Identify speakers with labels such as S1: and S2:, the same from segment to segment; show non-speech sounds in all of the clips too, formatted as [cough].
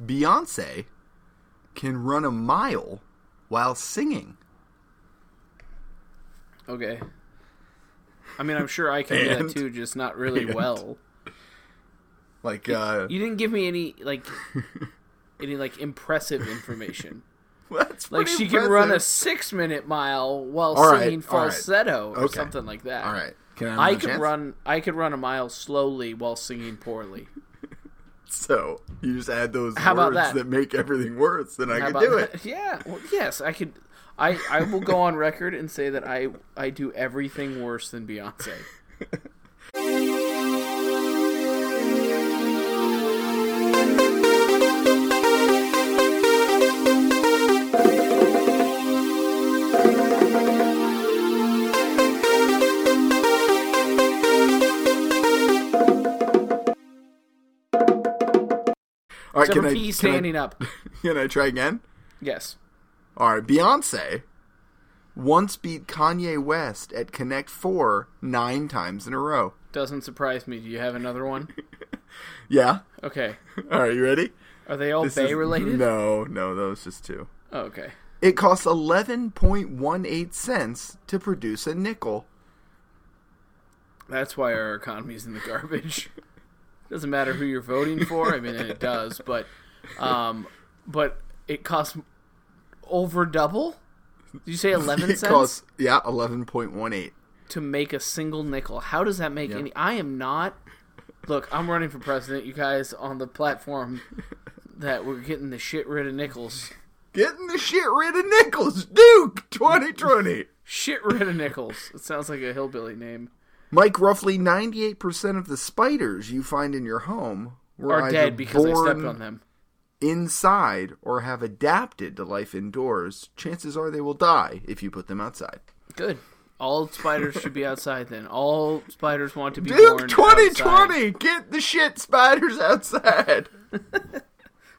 S1: Beyonce can run a mile while singing.
S2: Okay. I mean, I'm sure I can do
S1: And-
S2: that too, just not really
S1: and-
S2: well.
S1: Like, uh,
S2: You didn't give me any
S1: [laughs]
S2: like any like impressive information.
S1: [laughs] that's
S2: Like
S1: pretty
S2: she can run a
S1: impressive.
S2: six minute mile while
S1: All right,
S2: singing
S1: all right.
S2: falsetto or
S1: Okay.
S2: something like that.
S1: All right, can I? Have
S2: I
S1: another
S2: could
S1: chance?
S2: run. I could run a mile slowly while singing poorly.
S1: So you just add those
S2: How about
S1: words
S2: that?
S1: that? make everything worse, then I
S2: How
S1: can
S2: about
S1: do
S2: that?
S1: it.
S2: [laughs] Yeah. Well, yes, I could. I I will go on record and say that I I do everything worse than Beyonce.
S1: All right,
S2: Except
S1: can
S2: for
S1: I,
S2: P
S1: can I-
S2: standing up.
S1: Can I try again?
S2: Yes.
S1: All right, Beyonce once beat Kanye West at Connect Four nine times in a row.
S2: Doesn't surprise me. Do you have
S1: [laughs]
S2: another one?
S1: Yeah. [laughs]
S2: Okay.
S1: All right, you ready?
S2: Are they all
S1: This
S2: Bay
S1: is-
S2: related?
S1: No, no, that was just two.
S2: Oh, okay.
S1: It costs eleven point one eight cents to produce a nickel.
S2: That's why our economy's in the garbage. [laughs] doesn't matter who you're voting for. I mean, it does, but um, but it costs over double. Did you say
S1: [laughs]
S2: eleven
S1: It
S2: cents
S1: costs yeah eleven point one eight.
S2: to make a single nickel? How does that make any? I am not. Look, I'm running for president, you guys, on the platform that we're getting the shit rid of nickels.
S1: Getting the shit rid of nickels, Duke twenty twenty.
S2: Shit rid of nickels. It sounds like a hillbilly name.
S1: Mike, roughly 98% of the spiders you find in your home were
S2: Are
S1: either
S2: dead because I
S1: born
S2: stepped on them.
S1: inside or have adapted to life indoors. Chances are they will die if you put them outside.
S2: Good. All spiders should be outside then. All spiders want to be born
S1: Duke 2020,
S2: outside.
S1: get the shit spiders outside.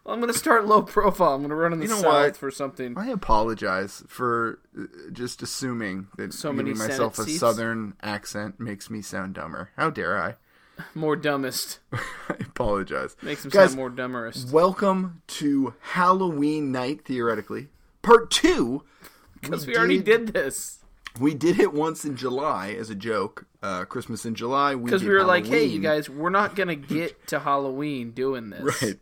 S2: Well, I'm gonna start low profile. I'm gonna run in the
S1: You know
S2: south
S1: what?
S2: for something.
S1: I apologize for uh, just assuming that
S2: So
S1: giving
S2: many Senate
S1: myself a
S2: seats?
S1: southern accent makes me sound dumber. How dare I? [laughs]
S2: More dumbest
S1: I apologize.
S2: makes them
S1: Guys,
S2: sound more dumberest.
S1: Welcome to Halloween night, theoretically. Part two.
S2: Because we already did this.
S1: We did it once in July as a joke. Uh, Christmas in July.
S2: Because we were like, hey, you
S1: Halloween.
S2: guys, we're
S1: [laughs]
S2: not gonna get to Halloween doing this.
S1: Right.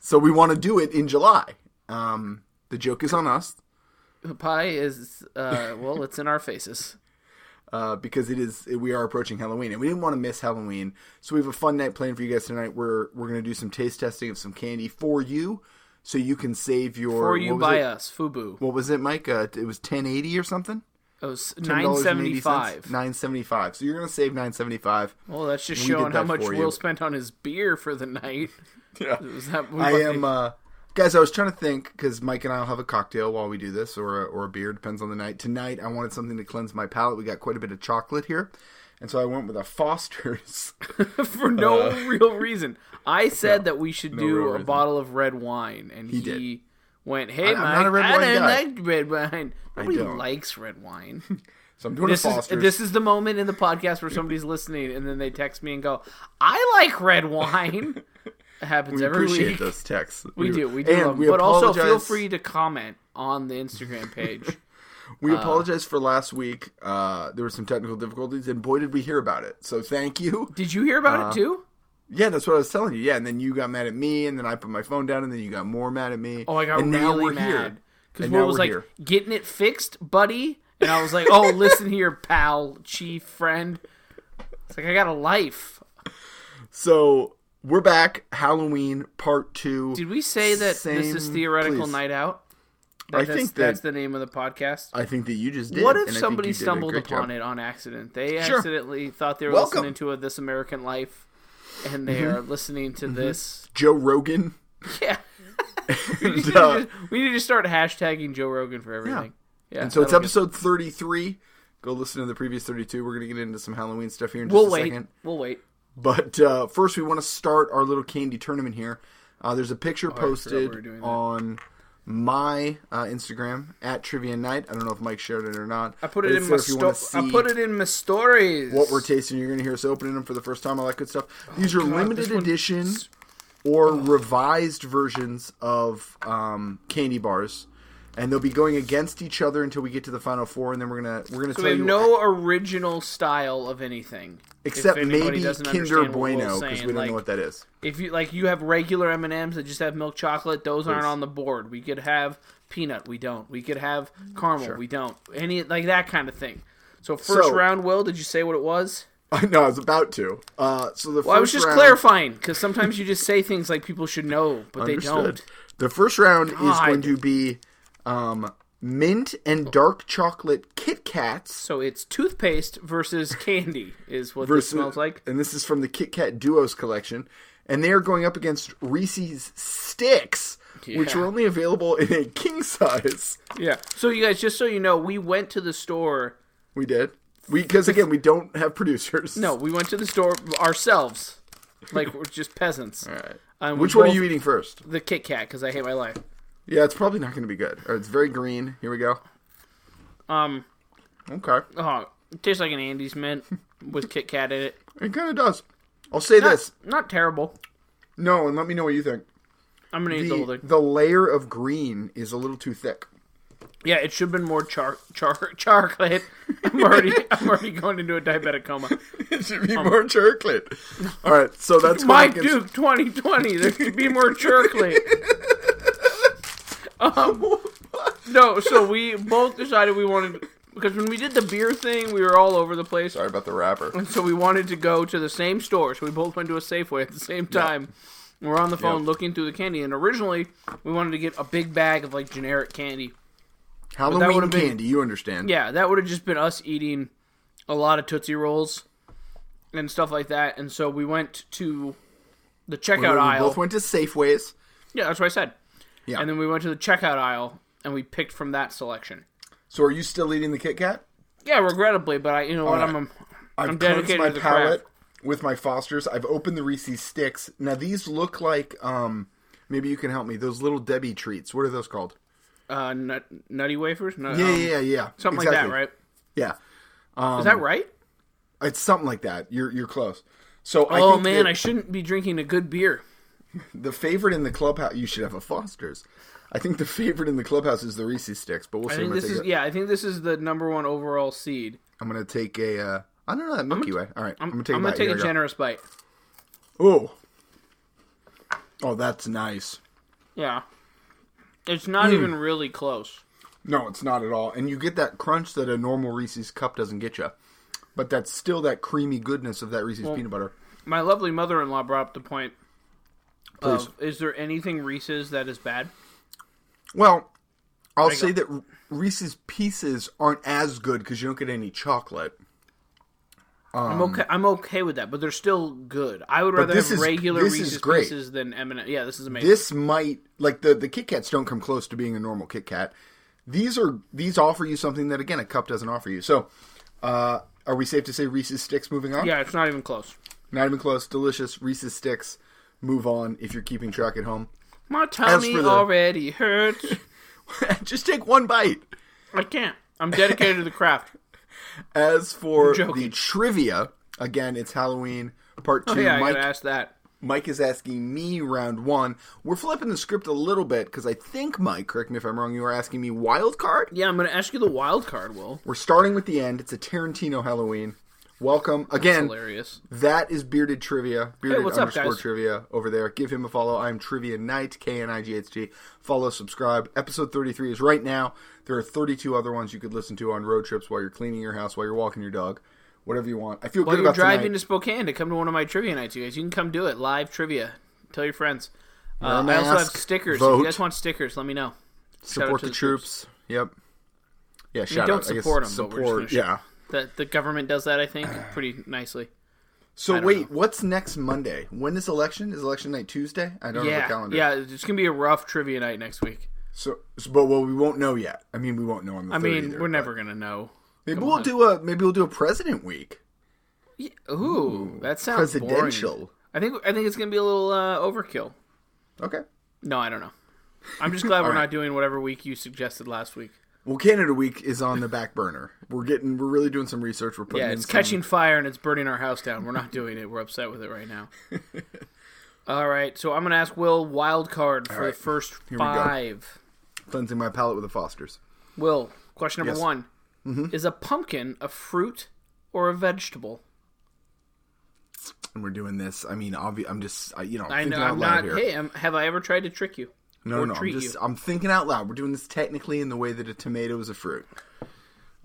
S1: So we want to do it in July. Um, the joke is on us
S2: The pie is uh, well, it's in
S1: [laughs]
S2: our faces.
S1: uh, because it is. We are approaching Halloween, and we didn't want to miss Halloween. So we have a fun night planned for you guys tonight. We're we're gonna do some taste testing of some candy for you, so you can save your.
S2: Or you
S1: what was
S2: buy
S1: it?
S2: us, Fubu.
S1: What was it, Mike? Uh, it was ten eighty or something.
S2: Oh, nine seventy five.
S1: Nine seventy five. So you're gonna save nine seventy five.
S2: Well, that's just
S1: We did
S2: showing how
S1: that
S2: much
S1: for you.
S2: Will spent on his beer for the night. [laughs]
S1: Yeah.
S2: It was that
S1: I am, uh, guys. I was trying to think because Mike and I'll have a cocktail while we do this, or a, or a beer, depends on the night. Tonight, I wanted something to cleanse my palate. We got quite a bit of chocolate here, and so I went with a Foster's. [laughs]
S2: [laughs] for no real reason. I said that we should
S1: Uh, real
S2: do a
S1: reason.
S2: bottle of red wine, and he,
S1: did.
S2: went, "Hey,
S1: I'm
S2: Mike,
S1: not a red
S2: I
S1: wine
S2: don't
S1: guy."
S2: like red wine. Nobody
S1: don't.
S2: likes
S1: [laughs]
S2: red wine."
S1: So I'm doing
S2: this
S1: a
S2: is
S1: Foster's.
S2: this is the moment in the podcast where somebody's listening, and then they text me and go, "I like red
S1: [laughs]
S2: wine." It happens
S1: we
S2: every
S1: appreciate
S2: week.
S1: those texts.
S2: [laughs] We do, we do,
S1: and
S2: love them.
S1: we
S2: but also feel
S1: apologize-
S2: free to comment on the Instagram page.
S1: [laughs]
S2: Uh,
S1: We apologize for last week. Uh, there were some technical difficulties, and boy, did we hear about it. So thank you. [laughs]
S2: Did you hear
S1: Uh,
S2: about it too?
S1: Yeah, that's what I was telling you. Yeah, and then you got mad at me, and then I put my phone down, and then you got more mad at me.
S2: Oh, I got
S1: and
S2: really
S1: now we're
S2: mad
S1: here.
S2: because
S1: And
S2: Will
S1: now
S2: was
S1: we're
S2: like
S1: here.
S2: getting it fixed, buddy, and I was like,
S1: [laughs]
S2: "Oh, listen here, pal, chief, friend." It's like I got a life.
S1: So we're back. Halloween part two.
S2: Did we say that this is
S1: Same-
S2: theoretical
S1: please.
S2: night out?
S1: I
S2: that's,
S1: think that-
S2: that's the name of the podcast.
S1: I think that you just did.
S2: what if somebody stumbled upon it on accident? They
S1: Sure.
S2: accidentally thought they were
S1: Welcome. Mm-hmm.
S2: listening to a This American Life, and they are listening to this. [laughs]
S1: Joe Rogan. [laughs]
S2: Yeah, we, need
S1: uh,
S2: to, we need to start hashtagging Joe Rogan for everything. Yeah,
S1: So it's
S2: that'll get-
S1: episode 33. Go listen to the previous 32. We're going to get into some Halloween stuff here in just
S2: We'll
S1: a
S2: wait.
S1: second.
S2: We'll wait.
S1: But uh, first, we want to start our little candy tournament here. Uh, there's a picture
S2: Oh, we were
S1: posted
S2: doing that.
S1: on my uh, Instagram at Trivia Night. I don't know if Mike shared it or not.
S2: I put it
S1: but it's
S2: in
S1: there
S2: my
S1: if you
S2: sto-
S1: wanna
S2: I
S1: see
S2: put it in my stories.
S1: what we're tasting. You're going to hear us opening them for the first time. All that good stuff. These are
S2: Oh God,
S1: limited
S2: this one- Oh.
S1: edition or revised versions of um, candy bars, and they'll be going against each other until we get to the final four, and then we're gonna we're gonna
S2: So
S1: tell
S2: we have
S1: you
S2: no original style of anything, If
S1: except
S2: anybody
S1: maybe
S2: doesn't
S1: Kinder
S2: understand what Will's
S1: Bueno because
S2: saying,
S1: we don't
S2: like,
S1: know what that is.
S2: If you like, you have regular M and M's that just have milk chocolate. Those aren't
S1: Please.
S2: on the board. We could have peanut. We don't. We could have caramel. We don't. Any like that kind of thing. So first
S1: So-
S2: round, Will, did you say what it was?
S1: [laughs] I know I was about to. Uh, so the
S2: Well,
S1: first
S2: I was just
S1: round,
S2: clarifying because sometimes you just say things like people should know, but they
S1: Understood.
S2: don't.
S1: The first round is
S2: God.
S1: going to be um, mint and dark chocolate Kit Kats.
S2: So it's toothpaste versus candy is what
S1: versus-
S2: this smells like.
S1: And this is from the Kit Kat Duos collection. And they are going up against Reese's Sticks, which
S2: Yeah.
S1: were only available in a king size.
S2: Yeah. So you guys, just so you know, we went to the store.
S1: We did. We because again we don't have producers.
S2: No, we went to the store ourselves, like we're just peasants. All
S1: right.
S2: Um,
S1: Which one are you eating first?
S2: The Kit Kat because I hate my life.
S1: Yeah, it's probably not going to be good. Or it's very green. Here we go.
S2: Um.
S1: Okay.
S2: Oh, it tastes like an
S1: [laughs]
S2: Andes mint with Kit Kat in it.
S1: It kind of does. I'll say this.
S2: Not terrible.
S1: No, and let me know what you think.
S2: I'm gonna eat the whole
S1: The,
S2: thing.
S1: the layer of green is a little too thick. [laughs]
S2: Yeah, it should have been more char char [laughs]
S1: [laughs]
S2: chocolate. I'm already I'm already going into a diabetic coma.
S1: it should be more chocolate. All right,
S2: [laughs]
S1: so that's going
S2: Um, Mike
S1: against-
S2: Duke 2020. There should be
S1: [laughs]
S2: more chocolate. Um, no, so we both decided we wanted because when we did the beer thing, we were all over the place.
S1: Sorry about the wrapper.
S2: So we wanted to go to the same store. So we both went to a Safeway at the same time. And We're on the phone
S1: Yeah.
S2: looking through the candy, and originally we wanted to get a big bag of like generic candy.
S1: Halloween
S2: would've been-
S1: candy, you understand?
S2: Yeah, that would have just been us eating a lot of Tootsie Rolls and stuff like that. And so we went to the checkout
S1: we
S2: aisle.
S1: both went to Safeways.
S2: yeah, that's what I said.
S1: Yeah.
S2: And then we went to the checkout aisle and we picked from that selection.
S1: so are you still eating the Kit Kat?
S2: Yeah, regrettably, but I, you know what,
S1: Alright.
S2: I'm, a-
S1: I've
S2: I'm
S1: cleansed
S2: dedicated
S1: my
S2: to the
S1: palate
S2: craft.
S1: with my Fosters. I've opened the Reese's sticks. Now these look like um maybe you can help me. Those little Debbie treats. What are those called?
S2: uh, nut, nutty wafers. No,
S1: Yeah,
S2: um,
S1: yeah, yeah, yeah.
S2: something like
S1: Exactly. Um,
S2: that, right?
S1: Yeah.
S2: Is that right?
S1: It's something like that. You're you're close. So I
S2: Oh
S1: think
S2: man,
S1: that
S2: I shouldn't be drinking a good beer.
S1: the favorite in the clubhouse you should have a Fosters. I think the [laughs] favorite in the clubhouse is the Reese's sticks, but we'll see.
S2: I
S1: I'm
S2: think
S1: gonna
S2: this
S1: take
S2: is
S1: a-
S2: yeah. I think this is the number one overall seed.
S1: I'm gonna take a uh, I don't know that Milky Way. All right, I'm, gonna take
S2: I'm
S1: a
S2: gonna
S1: bite.
S2: take
S1: Here
S2: a
S1: I go.
S2: generous bite.
S1: Oh. Oh, that's nice.
S2: Yeah, it's
S1: Hmm.
S2: not even really close.
S1: No, it's not at all. And you get that crunch that a normal Reese's cup doesn't get you. But that's still that creamy goodness of that Reese's peanut butter.
S2: My lovely mother-in-law brought up the point.
S1: Please.
S2: Of, is there anything Reese's that is bad?
S1: Well, I'll
S2: you
S1: say
S2: go.
S1: that R- Reese's pieces aren't as good because you don't get any chocolate.
S2: I'm okay. I'm okay with that, but they're still good. I would rather
S1: Um, this
S2: have
S1: is-
S2: regular
S1: this is
S2: Reese's
S1: great.
S2: pieces than M&M. Yeah, this is amazing.
S1: This might like the the Kit Kats don't come close to being a normal Kit Kat. These are these offer you something that again a cup doesn't offer you. So, uh, are we safe to say Reese's sticks moving on?
S2: yeah, it's not even close.
S1: Not even close. Delicious Reese's sticks. Move on if you're keeping track at home. [laughs]
S2: My tummy
S1: for the-
S2: already hurts.
S1: Just take one bite.
S2: I can't. I'm dedicated to
S1: [laughs]
S2: the craft.
S1: As for
S2: joking.
S1: the trivia, again, it's Halloween part two.
S2: Oh, yeah, I
S1: Mike,
S2: gotta ask that.
S1: Mike is asking me round one. We're flipping the script a little bit because I think Mike, correct me if I'm wrong, you were asking me wild card.
S2: Yeah, I'm gonna ask you the wild card, Will.
S1: We're starting with the end. It's a Tarantino Halloween. Welcome again.
S2: Hilarious.
S1: That is bearded trivia. Bearded
S2: what's up,
S1: underscore
S2: guys?
S1: trivia over there. Give him a follow. I'm Trivia Knight, K N I G H T. Follow, subscribe. Episode 33 is right now. There are 32 other ones you could listen to on road trips while you're cleaning your house, while you're walking your dog, whatever you want. I feel
S2: While
S1: good
S2: you're
S1: about
S2: driving
S1: tonight.
S2: to Spokane to come to one of my trivia nights, you guys, you can come do it live trivia. Tell your friends. Uh,
S1: a
S2: I also have
S1: mask,
S2: stickers. If
S1: vote.
S2: you guys want stickers, let me know. out
S1: Support
S2: to
S1: the
S2: the
S1: troops. Yep. Yeah, shout
S2: don't
S1: out. I guess
S2: support 'em, but we're just gonna
S1: support.
S2: show-
S1: Yeah.
S2: The the government does that, I think, pretty nicely.
S1: So wait, what's next Monday? When is election? Is election night Tuesday? I don't have a
S2: Yeah,
S1: calendar.
S2: yeah. It's gonna be a rough trivia night next week.
S1: So, so- but well, we won't know yet. I mean, we won't know on the.
S2: I mean,
S1: either,
S2: we're
S1: but-
S2: never gonna know.
S1: Maybe we'll do a maybe we'll do a president week.
S2: Yeah, Ooh, that sounds boring.
S1: Presidential.
S2: I think I think it's gonna be a little uh, overkill.
S1: Okay.
S2: No, I don't know. I'm just
S1: [laughs]
S2: glad we're not doing whatever week you suggested last week.
S1: Well, Canada Week is on the back burner. We're getting we're really doing some research. We're putting
S2: Yeah,
S1: in
S2: it's
S1: some- [laughs]
S2: catching fire and it's burning our house down. We're not doing it. We're upset with it right now. All right, so I'm gonna ask Will wild card for
S1: right.
S2: the first
S1: Here we go.
S2: five.
S1: Cleansing my palate with the Fosters.
S2: Will, question number
S1: Yes. Mm-hmm.
S2: one: Is a pumpkin a fruit or a vegetable?
S1: And we're doing this. I mean, obvi- I'm just, I, you know, I'm
S2: I
S1: thinking
S2: know
S1: out
S2: I'm
S1: loud
S2: not.
S1: here.
S2: Hey, I'm, have I ever tried to trick you?
S1: no,
S2: or
S1: no, I'm
S2: treat
S1: just,
S2: you.
S1: I'm thinking out loud. We're doing this technically in the way that a tomato is a fruit.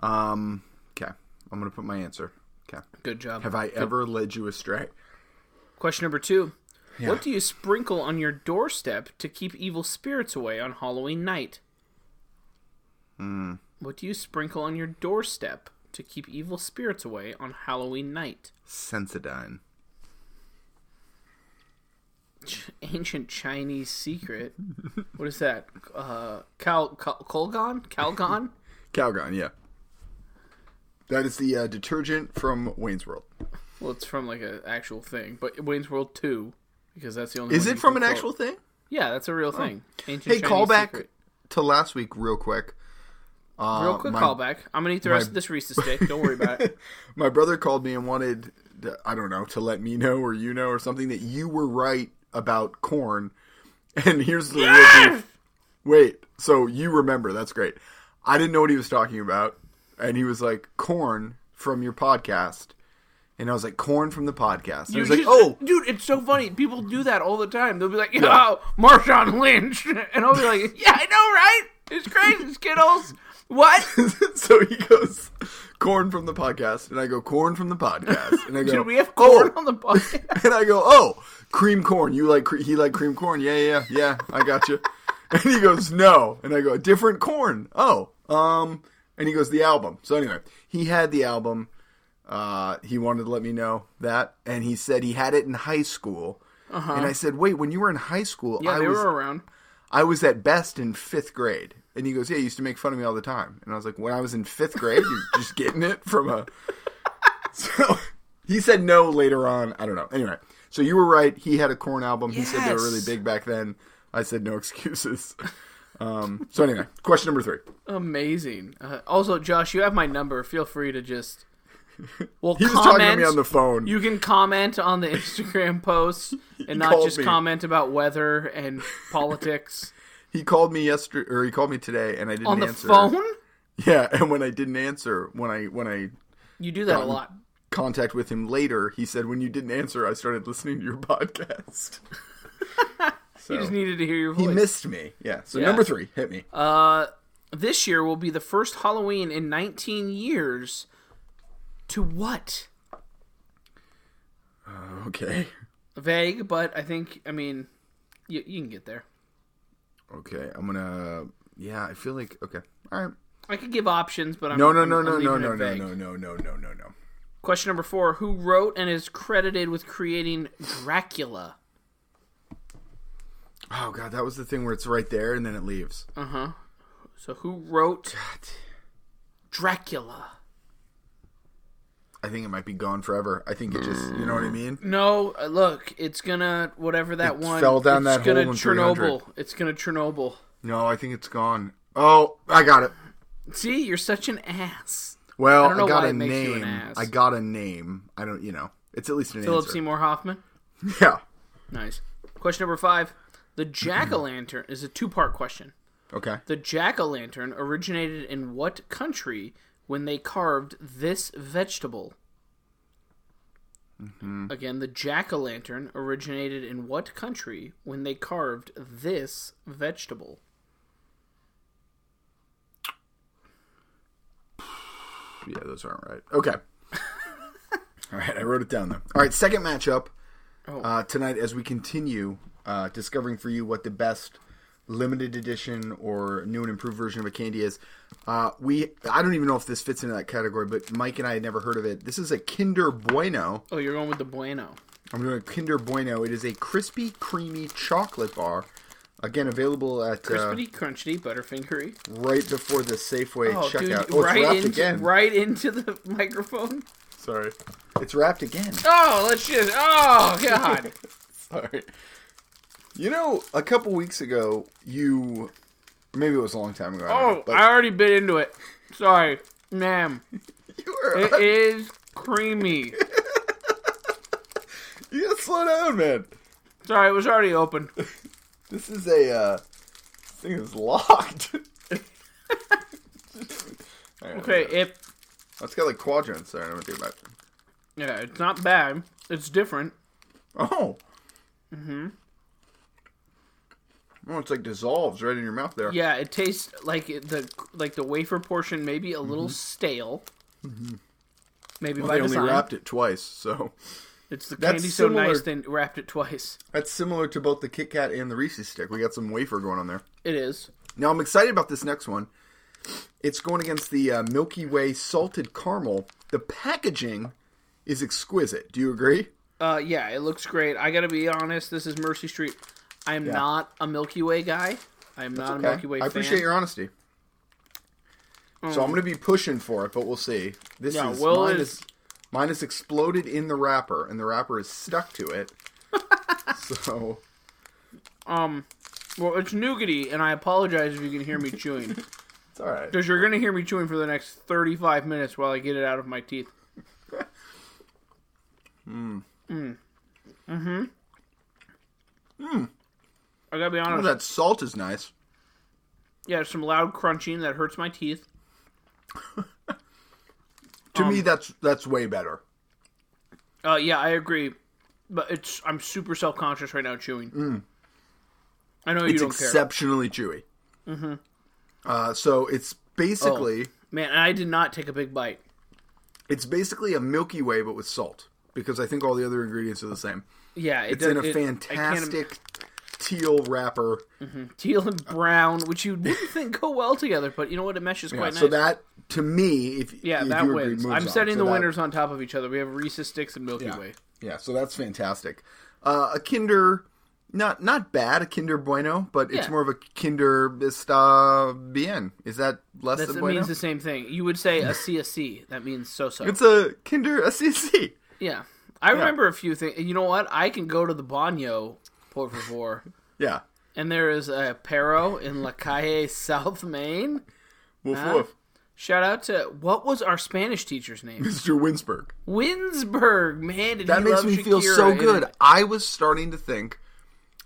S1: Um, okay. I'm going to put my answer. Okay.
S2: Good job.
S1: Have I ever led you astray?
S2: Question number two: What do you sprinkle on your doorstep to keep evil spirits away on Halloween night?
S1: Hmm.
S2: What do you sprinkle on your doorstep to keep evil spirits away on Halloween night?
S1: Sensodyne.
S2: Ch- ancient
S1: [laughs]
S2: Chinese secret. what is that? Uh, Cal, Cal Colgon? Calgon?
S1: Calgon, yeah. That is the uh, detergent from Wayne's World.
S2: well, it's from like an actual thing, but Wayne's World Two, because that's the only.
S1: Is
S2: one
S1: it
S2: you
S1: from an
S2: can quote.
S1: actual thing?
S2: Yeah, that's a real thing. Ancient
S1: Hey,
S2: Chinese
S1: call back
S2: secret.
S1: to last week real quick. Uh,
S2: Real quick
S1: my,
S2: callback. I'm gonna eat the rest of this Reese's steak. Don't
S1: [laughs]
S2: worry about it.
S1: My brother called me and wanted, to, I don't know, to let me know or you know or something that you were right about corn. [laughs] And here's the real beef. Wait, so you remember? That's great. I didn't know what he was talking about, and he was like, "Corn from your podcast," and I was like, "Corn from the podcast." And I was like,
S2: Dude,
S1: "Oh,
S2: dude, it's so funny. People do that all the time. They'll be like, "Oh, Marshawn Lynch," [laughs] and I'll be like, "Yeah, I know, right? It's crazy, Skittles.
S1: [laughs]
S2: What?
S1: so he goes, corn from the podcast. And I go, corn from the podcast. And I go,
S2: Did we have corn
S1: "Oh."
S2: on the
S1: [laughs]
S2: podcast?"
S1: And I go, oh, cream corn. You like, cre- he like cream corn. Yeah, yeah, yeah. I got you. [laughs] and he goes, no. And I go, different corn. Oh, um, and he goes, the album. So anyway, he had the album. Uh, he wanted to let me know that. And he said he had it in high school. And I said, wait, when you were in high school,
S2: [laughs] Uh-huh. Yeah,
S1: I
S2: they
S1: was
S2: were around.
S1: I was at best in fifth grade. And he goes, Yeah, you used to make fun of me all the time. And I was like, When I was in fifth grade, you're just getting it from a. [laughs] So he said no later on. I don't know. Anyway, so you were right. He had a corn album. He said they were really
S2: Yes.
S1: big back then. I said no excuses. Um, so anyway, question number three.
S2: Amazing. Uh, also, Josh, you have my number. Feel free
S1: [laughs]
S2: to just. Well,
S1: He was
S2: comment.
S1: talking to me on the phone.
S2: You can comment on the [laughs] Instagram
S1: [laughs]
S2: posts and not
S1: called
S2: just
S1: me.
S2: comment about weather and
S1: [laughs]
S2: politics
S1: he called me yesterday, or he called me today, and I didn't
S2: on the
S1: answer.
S2: phone.
S1: [laughs] Yeah, and when I didn't answer, when I when I
S2: You do that a lot.
S1: contact with him later, he said, "When you didn't answer, I started listening to your [laughs] podcast." so
S2: [laughs] You just needed to hear your
S1: he
S2: voice.
S1: missed me. Yeah. So number three, hit me.
S2: Uh, this year will be the first Halloween in 19 years. To what?
S1: okay.
S2: Vague, but I think I mean, you, you can get there.
S1: Okay. I'm gonna. Yeah, I feel like okay. All right.
S2: I could give options, but I'm
S1: No, no,
S2: I'm-
S1: no,
S2: I'm
S1: no,
S2: leaving
S1: no,
S2: it
S1: no, no,
S2: vague.
S1: no, no, no, no, no, no.
S2: Question number four: Who wrote and is credited with creating Dracula?
S1: Oh god, that was the thing where it's right there and then it leaves.
S2: Uh huh. So who wrote Dracula?
S1: I think it might be gone forever. I think it just, you know what I
S2: Mm.
S1: mean?
S2: No, uh, look, it's gonna whatever that one
S1: fell down
S2: it's
S1: that
S2: gonna
S1: hole in 300.
S2: Chernobyl. It's gonna Chernobyl.
S1: No, I think it's gone. Oh, I got it.
S2: See, you're such an ass.
S1: Well,
S2: don't
S1: I,
S2: know
S1: got
S2: why
S1: a
S2: it makes you an
S1: name.
S2: ass.
S1: I got a name. I don't, you know, it's at least an
S2: Philip
S1: answer.
S2: Seymour Hoffman.
S1: Yeah.
S2: Nice. Question number five. The jack o' lantern is a two part question.
S1: Okay.
S2: The jack o' lantern originated in what country when they carved this vegetable?
S1: Mm-hmm.
S2: Again, the jack o' lantern originated in what country when they carved this vegetable?
S1: Yeah, those aren't right. Okay. [laughs] All right, I wrote it down though. All right, second matchup
S2: Oh.
S1: uh, tonight as we continue uh, discovering for you what the best limited edition or new and improved version of a candy is. Uh, we I don't even know if this fits into that category, but Mike and I had never heard of it. This is a Kinder Bueno.
S2: Oh, you're going with the bueno.
S1: I'm doing a Kinder Bueno. It is a crispy, creamy chocolate bar. Again, available at uh,
S2: Crispity, crunchy, butterfingery.
S1: right before the Safeway
S2: Oh, dude,
S1: checkout. Oh, it's
S2: right,
S1: wrapped
S2: into,
S1: again.
S2: right into the [laughs] microphone.
S1: Sorry, it's wrapped again.
S2: Oh, let's just. Oh, God.
S1: [laughs] Sorry. You know, a couple weeks ago, you maybe it was a long time ago. I don't know,
S2: Oh, I already bit into it. Sorry, ma'am.
S1: but you were. [laughs]
S2: It is creamy.
S1: you gotta slow down, man.
S2: Sorry, it was already open.
S1: This is a uh, this thing is locked. [laughs] Alright,
S2: Okay, it
S1: Let's get like quadrants there. I'm gonna think about it.
S2: yeah, it's not bad. It's different.
S1: Oh. Mm-hmm. Oh, it's like dissolves right in your mouth there.
S2: Yeah, it tastes like it, the like the wafer portion maybe a little stale. Maybe
S1: Mm-hmm. Well,
S2: by
S1: they only
S2: design.
S1: wrapped it twice, so
S2: it's the
S1: That's
S2: candy so nice
S1: similar-
S2: they wrapped it twice.
S1: that's similar to both the Kit Kat and the Reese's stick. We got some wafer going on there.
S2: It is.
S1: Now I'm excited about this next one. It's going against the uh, Milky Way salted caramel. The packaging is exquisite. Do you agree?
S2: Uh, yeah, it looks great. I gotta be honest. This is Mercy Street. I'm not a Milky Way guy. I'm not a Milky Way
S1: I
S2: fan. Mm.
S1: appreciate your honesty. So I'm going to be pushing for it, but we'll see. This
S2: Yeah,
S1: is,
S2: Will
S1: mine
S2: is-
S1: is mine is exploded in the wrapper, and the wrapper is stuck to it.
S2: [laughs]
S1: so
S2: um, well, it's nougaty, and I apologize if you can hear me chewing,
S1: it's all right.
S2: because you're gonna hear me chewing for the next 35 minutes while I get it out of
S1: [laughs]
S2: my teeth.
S1: Hmm. Hmm.
S2: Mm. Mm. Mm. Mm-hmm. I gotta be
S1: Oh,
S2: honest.
S1: that salt is nice.
S2: Yeah, some loud crunching that hurts my teeth.
S1: To
S2: Um,
S1: me, that's that's way better.
S2: Uh, yeah, I agree, but it's I'm super self conscious right now chewing. I know
S1: Mm.
S2: you
S1: It's
S2: don't care, Mm-hmm.
S1: exceptionally chewy. Uh, so
S2: Oh.
S1: it's basically
S2: man. And I did not take a big bite.
S1: it's basically a Milky Way, but with salt because I think all the other ingredients are the same.
S2: Yeah, it
S1: It's in a
S2: does- it- I can't
S1: fantastic Uh, teal wrapper.
S2: im- teal and brown, which you wouldn't [laughs] think go well together, but you know what? It meshes
S1: Yeah,
S2: quite nice.
S1: So that to me, if
S2: yeah,
S1: if
S2: that
S1: you agree,
S2: wins.
S1: moves
S2: I'm
S1: on.
S2: setting
S1: So
S2: the
S1: that-
S2: winners on top of each other. We have Reese's sticks and Milky
S1: Yeah.
S2: Way.
S1: Yeah, so that's fantastic. Uh, a Kinder, not not bad. A Kinder Bueno, but it's
S2: Yeah.
S1: more of a Kinder Vista Bien. Is that less
S2: That's,
S1: than
S2: it
S1: Bueno?
S2: means the same thing. You would say a CSC. That means so so.
S1: it's a Kinder E SEC.
S2: Yeah, I remember a few things. You know what? I can go to the Banyo, por favor.
S1: Yeah.
S2: And there is a Perro in La Calle, [laughs] South Maine.
S1: Woof
S2: Huh?
S1: woof.
S2: Shout out to what was our Spanish teacher's name?
S1: Mr. Winsberg.
S2: Winsberg, man. Did
S1: That
S2: he
S1: makes
S2: love
S1: me feel
S2: Shakira
S1: so
S2: in
S1: good.
S2: it.
S1: I was starting to think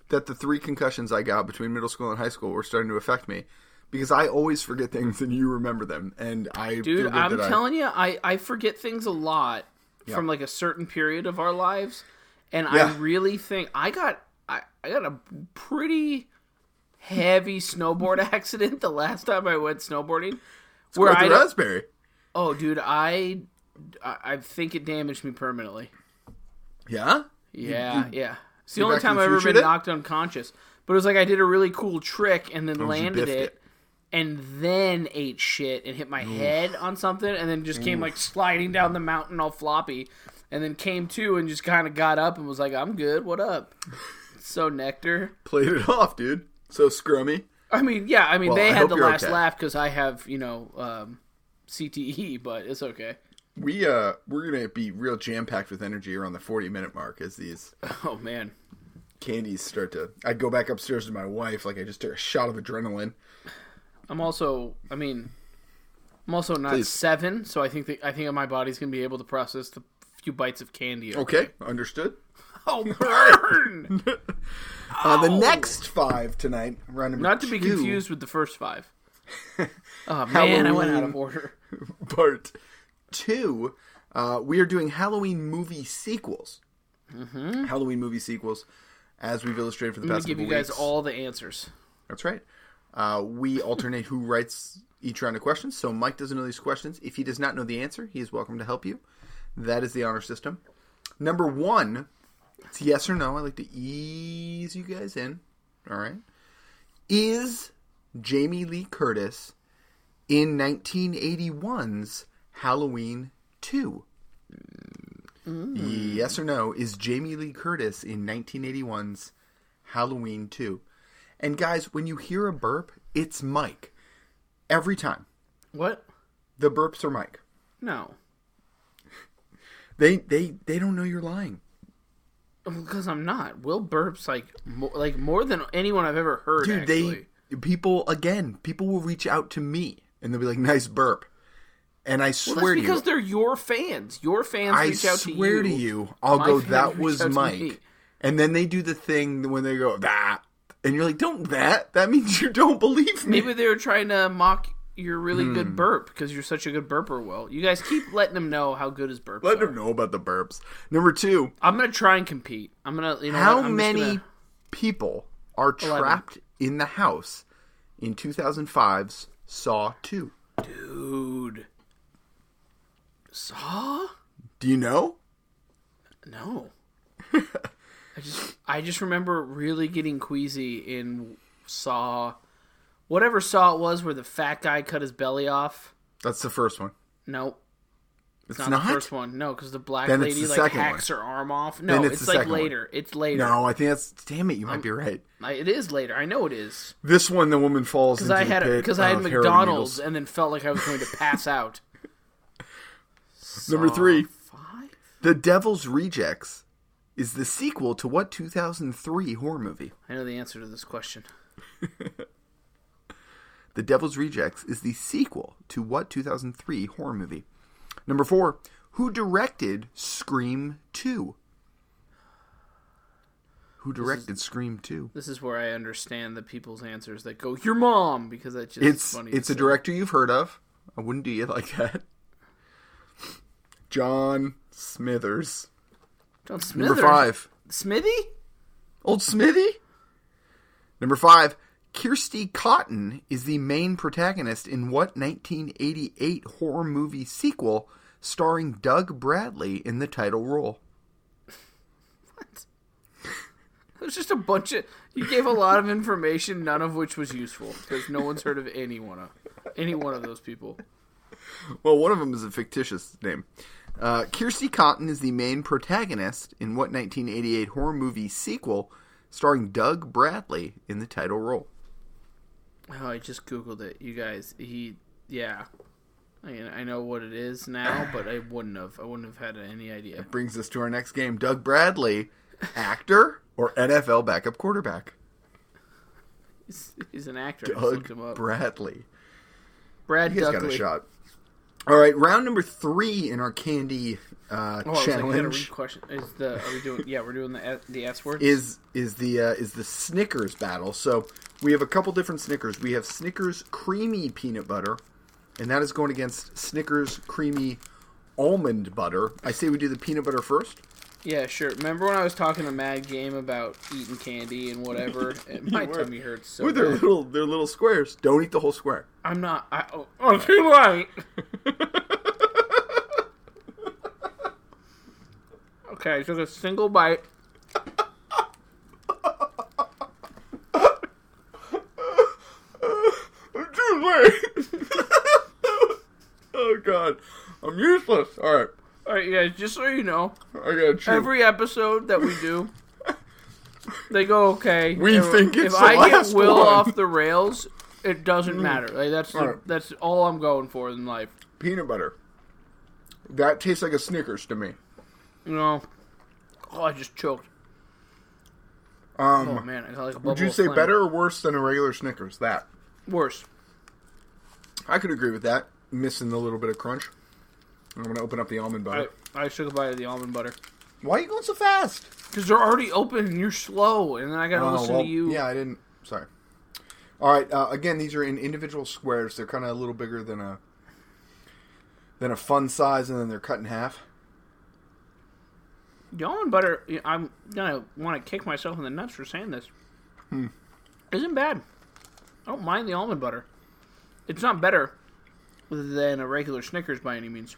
S1: that the three concussions I got between middle school and high school were starting to affect me because I always forget things and you remember them. And I feel
S2: Dude,
S1: good
S2: I'm
S1: that I-
S2: telling you, I, I forget things a lot from like a certain period of our lives. And I
S1: Yeah.
S2: really think I got I, I got a pretty heavy snowboard [laughs] accident the last time I went snowboarding. Where
S1: Quite
S2: I
S1: the raspberry.
S2: Oh dude, I I I think it damaged me permanently.
S1: Yeah.
S2: Yeah, yeah. It's the only
S1: Back to the
S2: time I've ever
S1: Future
S2: been
S1: did?
S2: knocked unconscious. But it was like I did a really cool trick and then
S1: you
S2: landed
S1: biffed
S2: it,
S1: it.
S2: and then ate shit and hit my head on something and then just came like sliding down the mountain all floppy and then came to and just kind of got up and was like, I'm good. What up? [laughs] so nectar.
S1: Played it [laughs] off, dude. So scrummy.
S2: I mean, yeah, I mean, they
S1: I
S2: had
S1: hope
S2: the
S1: you're
S2: last
S1: okay.
S2: laugh because I have, you know, um, CTE, but it's okay.
S1: We uh we're gonna be real jam packed with energy around the forty minute mark as these
S2: Oh, man.
S1: candies start to I go back upstairs to my wife like I just took a shot of adrenaline.
S2: I'm also, I mean, I'm also not
S1: Please.
S2: seven, so I think that I think my body's gonna be able to process the few bites of candy.
S1: Okay, understood. [laughs]
S2: Oh, burn!
S1: Uh, the next five tonight, round number
S2: Oh. not to be
S1: two,
S2: confused with the
S1: [laughs]
S2: first five. Oh man, I went out of
S1: Halloween.
S2: order.
S1: [laughs] part two. Uh, we are doing Halloween movie sequels. Mm-hmm. Halloween movie sequels, as we've illustrated for the
S2: I'm gonna
S1: past
S2: give you
S1: couple
S2: guys
S1: weeks.
S2: all the answers.
S1: That's right. Uh, we alternate who writes each round of questions. So Mike doesn't know these questions. If he does not know the answer, he is welcome to help you. That is the honor system. Number one, it's yes or no. I like to ease you guys in. All right. Is Jamie Lee Curtis in 1981's Halloween 2? Yes or no? Is Jamie Lee Curtis in 1981's Halloween 2? And guys, when you hear a burp, it's Mike. Every time.
S2: What?
S1: The burps are Mike.
S2: No,
S1: They they they don't know you're lying.
S2: because I'm not. Will burps like mo- like more than anyone I've ever heard.
S1: Dude,
S2: actually.
S1: they people again, people will reach out to me and they'll be like, "Nice burp." And I
S2: Well,
S1: swear
S2: that's because
S1: to you,
S2: they're your fans. Your fans
S1: I
S2: reach out to you.
S1: swear to you, I'll
S2: My
S1: go
S2: fans
S1: that
S2: reach
S1: was
S2: out to
S1: Mike.
S2: me.
S1: And then they do the thing when they go that, and you're like, "Don't that? That means you don't believe me." [laughs]
S2: Maybe they were trying to mock your really good
S1: Hmm.
S2: burp because you're such a good burper. Will you guys keep letting them know how good his burps
S1: Let
S2: are?
S1: them know about the burps. Number two,
S2: I'm gonna try and compete. I'm gonna you know
S1: how
S2: what, I'm just
S1: many
S2: gonna-
S1: people are trapped in the house in 2005's Saw 2?
S2: dude saw?
S1: Do you know? [laughs]
S2: No, I just I just remember really getting queasy in Saw, whatever Saw it was where the fat guy cut his belly off.
S1: That's the first one.
S2: Nope.
S1: It's
S2: Not,
S1: not.
S2: the first one. No, because the black
S1: Then it's the
S2: lady like
S1: second
S2: hacks her arm off. No,
S1: Then it's
S2: it's,
S1: the
S2: like
S1: second one.
S2: later. It's later.
S1: No, I think that's. Damn it, you might be right.
S2: I, it is later. I know it is
S1: This one, the woman falls into
S2: because I
S1: the
S2: had
S1: pit
S2: because I had
S1: of heroin
S2: McDonald's
S1: needles.
S2: and then felt like I was going to
S1: [laughs]
S2: pass out.
S1: Number
S2: Saw
S1: three.
S2: five.
S1: The Devil's Rejects is the sequel to what 2003 horror movie?
S2: I know the answer to this question.
S1: The Devil's Rejects is the sequel to what 2003 horror movie? Number four, who directed Scream 2? Who directed Scream 2?
S2: This is where I understand the people's answers that go your mom because that's just
S1: It's
S2: funny.
S1: it's
S2: to
S1: a
S2: say.
S1: director you've heard of. I wouldn't do you like that. John Smithers.
S2: John
S1: Number
S2: Smithers.
S1: five,
S2: Smithy.
S1: Old Smithy. Number five, Kirsty Cotton is the main protagonist in what 1988 horror movie sequel starring Doug Bradley in the title role?
S2: What? It was just a bunch of you gave a lot of information, none of which was useful because no one's heard of any one of any one of those people.
S1: Well, one of them is a fictitious name. Uh, Kirsty Cotton is the main protagonist in what 1988 horror movie sequel starring Doug Bradley in the title role?
S2: Oh, I just googled it. You guys, he, yeah, I, I know what it is now, but I wouldn't have. I wouldn't have had any idea.
S1: Brings us to our next game. Doug Bradley, actor or NFL backup quarterback?
S2: He's, he's an actor. I just looked him
S1: Doug
S2: up.
S1: Bradley.
S2: Brad
S1: He's got a
S2: Duckley.
S1: shot. All right, round number three in our candy uh,
S2: Oh, I was like, I gotta
S1: challenge
S2: read question. Is the are we doing? Yeah, we're doing the the S word.
S1: is is the uh, is the Snickers battle. So we have a couple different Snickers. We have Snickers creamy peanut butter, and that is going against Snickers creamy almond butter. I say we do the peanut butter first.
S2: Yeah, sure. Remember when I was talking to Mad Game about eating candy
S1: [laughs]
S2: and whatever? And my
S1: were.
S2: tummy hurts so
S1: Ooh, they're
S2: bad.
S1: little they're little squares. Don't eat the whole [laughs] square.
S2: I'm not. I, oh, oh, [laughs] too light. okay, I took a single bite.
S1: Too late. [laughs] oh God, I'm useless. All right,
S2: All right, guys. Just so you know,
S1: I gotta chew.
S2: every episode that we
S1: [laughs]
S2: do, they go okay.
S1: We
S2: if,
S1: think it's
S2: if
S1: the
S2: I
S1: last
S2: get Will
S1: one. Mm.
S2: off the rails, it doesn't matter. Like that's the,
S1: Alright.
S2: that's all I'm going for in life.
S1: peanut butter. That tastes like a Snickers to me.
S2: You know. Oh, I just choked.
S1: Um,
S2: Oh man, I got like a bubble.
S1: would you
S2: of
S1: say
S2: phlegm.
S1: better or worse than a regular Snickers? That
S2: Worse.
S1: I could agree with that. Missing a little bit of crunch. I'm gonna open up the almond butter.
S2: I, I took a bite of the almond butter
S1: Why are you going so fast?
S2: because they're already open and you're slow, and then I gotta
S1: Oh,
S2: listen
S1: well,
S2: to you.
S1: Yeah, I didn't. Sorry. All right. Uh, again, these are in individual squares. They're kind of a little bigger than a than a fun size, and then they're cut in half.
S2: The almond butter. you know, I'm gonna want to kick myself in the nuts for saying this.
S1: Hmm.
S2: Isn't bad. I don't mind the almond butter. It's not better than a regular Snickers by any means.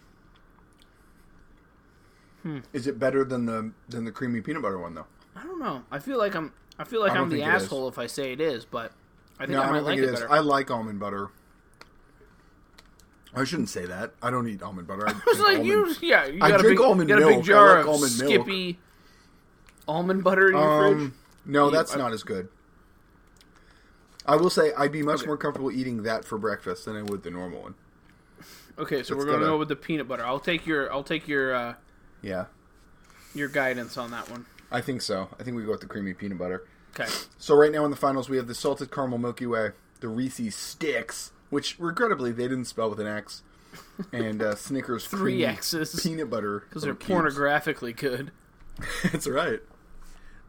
S1: Is it better than the than the creamy peanut butter one though?
S2: I don't know. I feel like I'm. I feel like
S1: I don't
S2: I'm the
S1: think it is.
S2: asshole if I say it is, but I think
S1: No,
S2: I
S1: I
S2: might
S1: don't
S2: like
S1: think
S2: it,
S1: it is.
S2: better.
S1: I like almond butter. I shouldn't say that. I don't eat almond
S2: [laughs]
S1: butter. I
S2: It's
S1: drink
S2: like
S1: almond.
S2: you, yeah. You
S1: I
S2: got a
S1: drink
S2: big,
S1: almond
S2: you got a
S1: milk. I
S2: big jar
S1: like
S2: of
S1: almond milk.
S2: Skippy almond butter in your fridge.
S1: Um, no,
S2: You-
S1: that's
S2: I-
S1: not as good. I will say I'd be much more comfortable eating that for breakfast than I would the normal one.
S2: Okay, so we're
S1: it's
S2: gonna
S1: gotta-
S2: go with the peanut butter. I'll take your. I'll take your. Uh,
S1: Yeah,
S2: your guidance on that one.
S1: I think so. I think we go with the creamy peanut butter.
S2: Okay.
S1: So right now in the finals we have the salted caramel Milky Way, the Reese's sticks, which regrettably they didn't spell with an
S2: [laughs]
S1: X, and uh, Snickers
S2: Three
S1: creamy
S2: X's.
S1: peanut butter [laughs]
S2: Because they're
S1: cubes.
S2: pornographically good.
S1: That's right.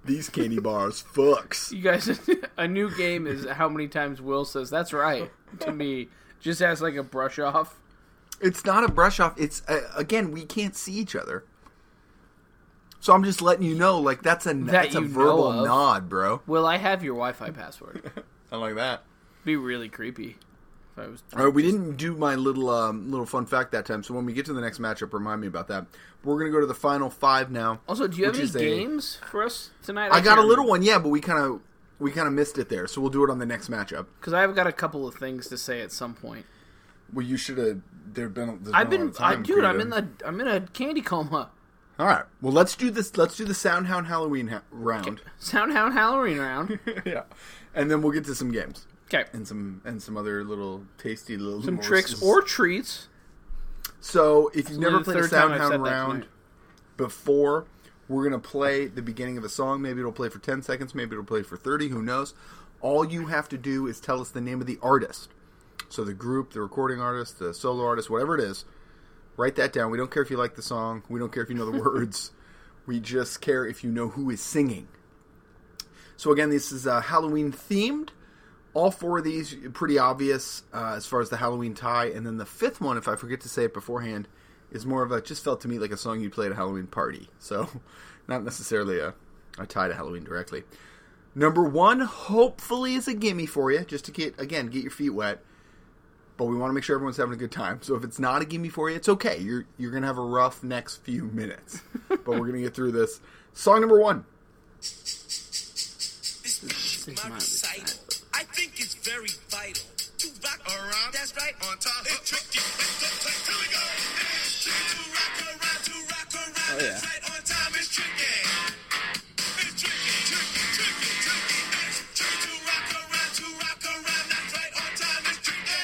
S1: These candy bars fucks.
S2: You guys, [laughs] a new game is how many times Will says that's right to me, just as like a brush off.
S1: It's not a brush off. It's uh, again, we can't see each other. So I'm just letting you know, like that's a that's a
S2: you know
S1: verbal
S2: of.
S1: nod, bro.
S2: Will I have your Wi-Fi password?
S1: I like that.
S2: Be really creepy. If I was
S1: All right, we didn't do my little um, little fun fact that time. So when we get to the next matchup, remind me about that. We're gonna go to the final five now.
S2: also, do you have
S1: which
S2: any
S1: is a-
S2: games for us tonight?
S1: I got a little one, yeah, but we kind of we kind of missed it there. So we'll do it on the next matchup.
S2: because I've got a couple of things to say at some point.
S1: Well, you should have. There been.
S2: I've been, I, dude, I'm in the, I'm in a candy coma. [laughs]
S1: All right. Well, let's do this. Let's do the Soundhound Halloween ha- round.
S2: Soundhound Halloween round.
S1: [laughs] yeah, and then we'll get to some games
S2: Okay,
S1: and some and some other little tasty little
S2: some
S1: morsels.
S2: tricks or treats.
S1: So if you've never
S2: the
S1: played a
S2: third time I've
S1: Soundhound
S2: said that
S1: round
S2: tonight.
S1: before, we're gonna play the beginning of a song. Maybe it'll play for ten seconds. Maybe it'll play for thirty. Who knows? All you have to do is tell us the name of the artist. So the group, the recording artist, the solo artist, whatever it is, write that down. We don't care if you like the song. We don't care if you
S2: [laughs]
S1: know the words. We just care if you know who is singing. So again, this is uh, Halloween themed. All four of these pretty obvious uh, as far as the Halloween tie, and then the fifth one, if I forget to say it beforehand, is more of a just felt to me like a song you play at a Halloween party. So, [laughs] not necessarily a, a tie to Halloween directly. Number one, hopefully, is a gimme for you, just to get again get your feet wet. But we want to make sure everyone's having a good time. So if it's not a gimme for you, it's okay. You're you're gonna have a rough next few [laughs] minutes, but we're gonna get through this. Song number one.
S3: This is my
S2: not
S3: recital. I think it's very vital to rock around. That's right. On top. It's tricky. Let's go. let's- Here we go. It's tricky to rock around. To rock around.
S2: Oh,
S3: That's
S2: yeah.
S3: right. On time. It's tricky. It's tricky. Tricky. Tricky. Tricky. It's tricky to rock around. To rock around. That's right. On time. It's tricky.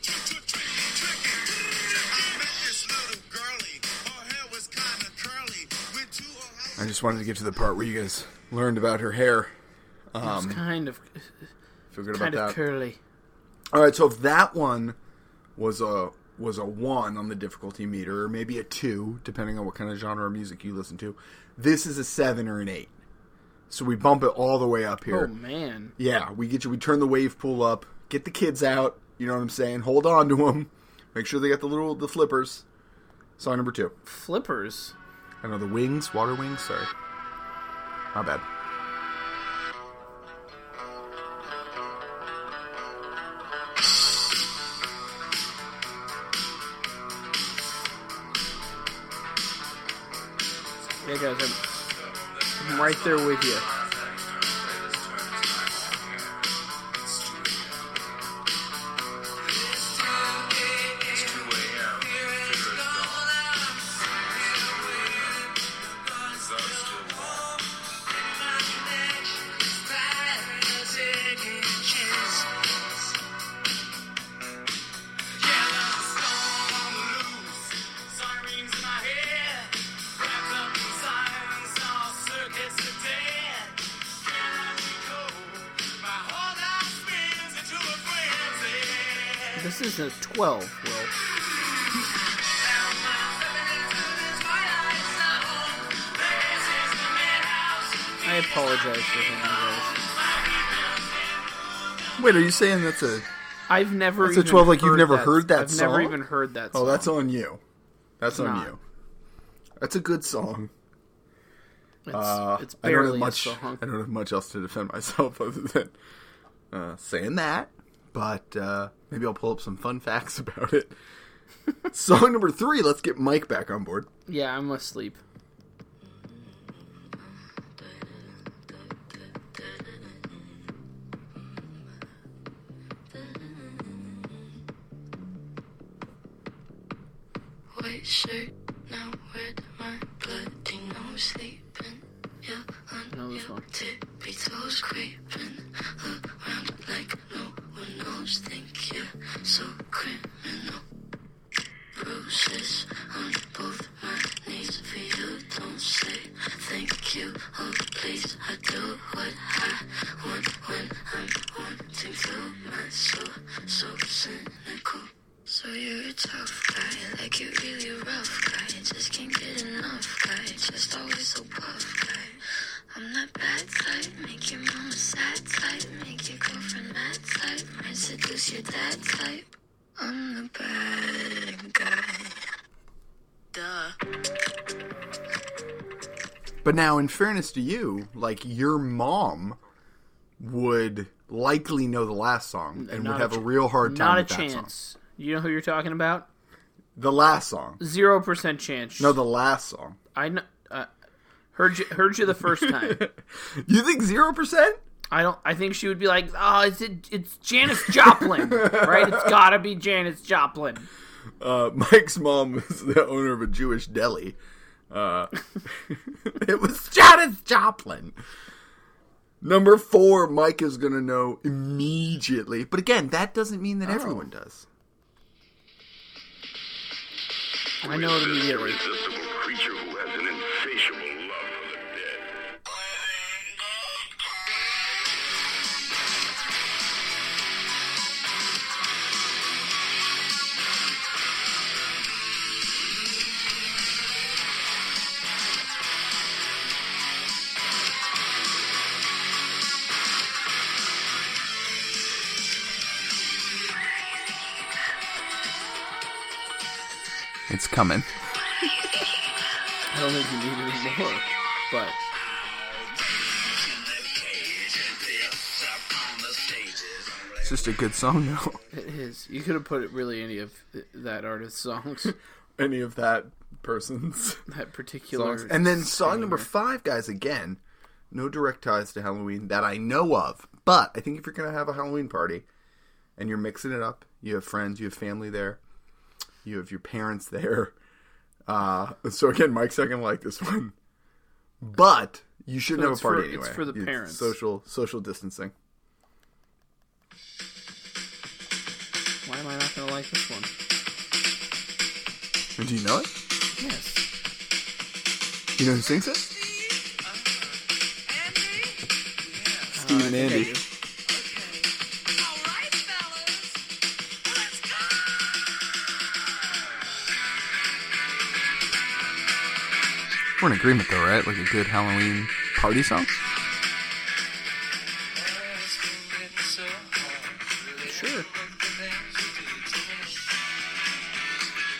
S3: Tricky. Tricky. Tricky. I met this little girlie. Her hair was kind of curly. Went to her house.
S1: I just wanted to get to the part where you guys learned about her hair.
S2: It's kind of,
S1: Feel good um, about
S2: kind of
S1: that.
S2: curly.
S1: All right, so if that one was a was a one on the difficulty meter, or maybe a two, depending on what kind of genre of music you listen to, this is a seven or an eight. So we bump it all the way up
S2: Oh
S1: here.
S2: man,
S1: Yeah, we get you. We turn the wave pool up. Get the kids out. You know what I'm saying? Hold on to them. Make sure they got the little the flippers. Song number two.
S2: flippers.
S1: I know the wings, water wings. Sorry, my bad.
S2: Yeah, guys, I'm, I'm right there with you. This is a twelve. Will I apologize for him, guys.
S1: Wait, are you saying that's a?
S2: I've never.
S1: That's a
S2: even
S1: 12, like, you've never
S2: that-
S1: heard that
S2: I've never
S1: song?
S2: even heard that. Song.
S1: Oh, that's on you. That's on
S2: not.
S1: you. That's a good song.
S2: It's,
S1: Uh,
S2: it's
S1: I don't have
S2: barely
S1: much.
S2: a song.
S1: I don't have much else to defend [laughs] myself other than uh, saying that. But uh, maybe I'll pull up some fun facts [laughs] about
S2: [laughs]
S1: it. song number three. Let's get Mike back on board.
S2: Yeah, I'm asleep.
S4: White shirt, now red, my bloody nose sleeping. Yeah,
S2: No,
S4: on
S2: this
S4: your
S2: one.
S4: tippy toes creeping around like no one knows. Think you're so criminal. Bruises on both my knees for you. Don't say thank you. Oh, please, I do what I want when I'm wanting to. My soul, so cynical. So you're a tough guy, like you're really rough guy. Just can't get enough guy, just always so puff guy. I'm not seduce your dad type. I'm the bad guy. Duh.
S1: But now, in fairness to you, like your mom would likely know the last song and would
S2: Not
S1: have
S2: a
S1: a
S2: ch-
S1: real hard time.
S2: Not a
S1: with that song.
S2: chance. You know who you're talking about?
S1: The last song.
S2: Zero percent chance.
S1: No, the last song.
S2: I know. Uh, heard you, heard you the first time.
S1: [laughs] You think zero percent?
S2: I don't. I think she would be like, "Oh, it's it, it's Janis Joplin, right? It's gotta be Janis Joplin."
S1: Uh, Mike's mom is the owner of a Jewish deli. Uh, [laughs] it was Janis Joplin. Number four, Mike is gonna know immediately. But again, that doesn't mean that everyone does.
S2: I know it immediately.
S3: irresistible creature who has an insatiable love for the dead.
S1: It's coming.
S2: I don't think you need it anymore. But
S1: It's just a good song now.
S2: it is. You could have put it really any of th- that artist's songs,
S1: [laughs] Any of that person's
S2: that particular.
S1: songs. And then song number five, guys, again, no direct ties to Halloween that I know of. But I think if you're going to have a Halloween party and you're mixing it up, you have friends, you have family there, you have your parents there. [laughs] Uh, so again, Mike's not going to like this one. But you shouldn't
S2: So
S1: have a
S2: it's for-
S1: party
S2: it's
S1: anyway.
S2: for the parents.
S1: Social social distancing.
S2: Why am I not gonna like this one?
S1: Do you know it?
S2: Yes.
S1: You know who sings it?
S2: Uh,
S1: Steve and Andy. We're in agreement though, right? Like a good Halloween party song?
S2: Sure.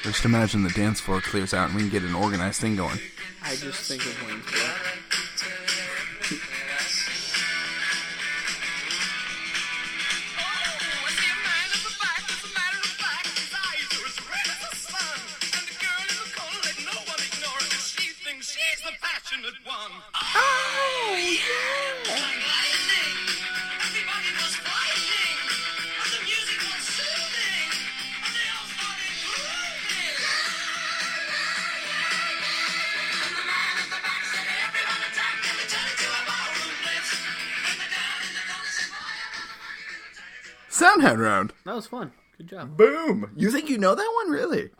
S1: Just imagine the dance floor clears out and we can get an organized thing going.
S2: I just think of Wayne's World.
S3: She's the passionate one.
S1: Soundhound round.
S2: That was fun. Good job.
S1: Boom. You think you know that one, really?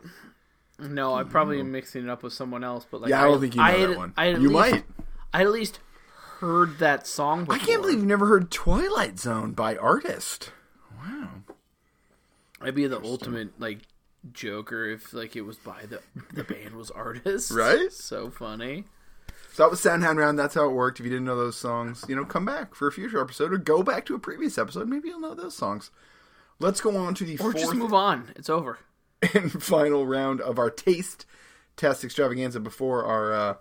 S2: No, I probably am mixing it up with someone else, but like
S1: Yeah, I don't think you know
S2: had-
S1: that one.
S2: I had at
S1: you
S2: least-
S1: might.
S2: I at least heard that song. Before.
S1: I can't believe you've never heard Twilight Zone by artist.
S2: I'd be the ultimate like joker if like it was by the the band was
S1: [laughs]
S2: artists.
S1: Right?
S2: So funny.
S1: So that was Soundhound Round. That's how it worked. If you didn't know those songs, you know, come back for a future episode or go back to a previous episode. Maybe you'll know those songs. Let's go on to the
S2: Or
S1: fourth
S2: just move on. It's over.
S1: and [laughs] final round of our taste test extravaganza before our uh,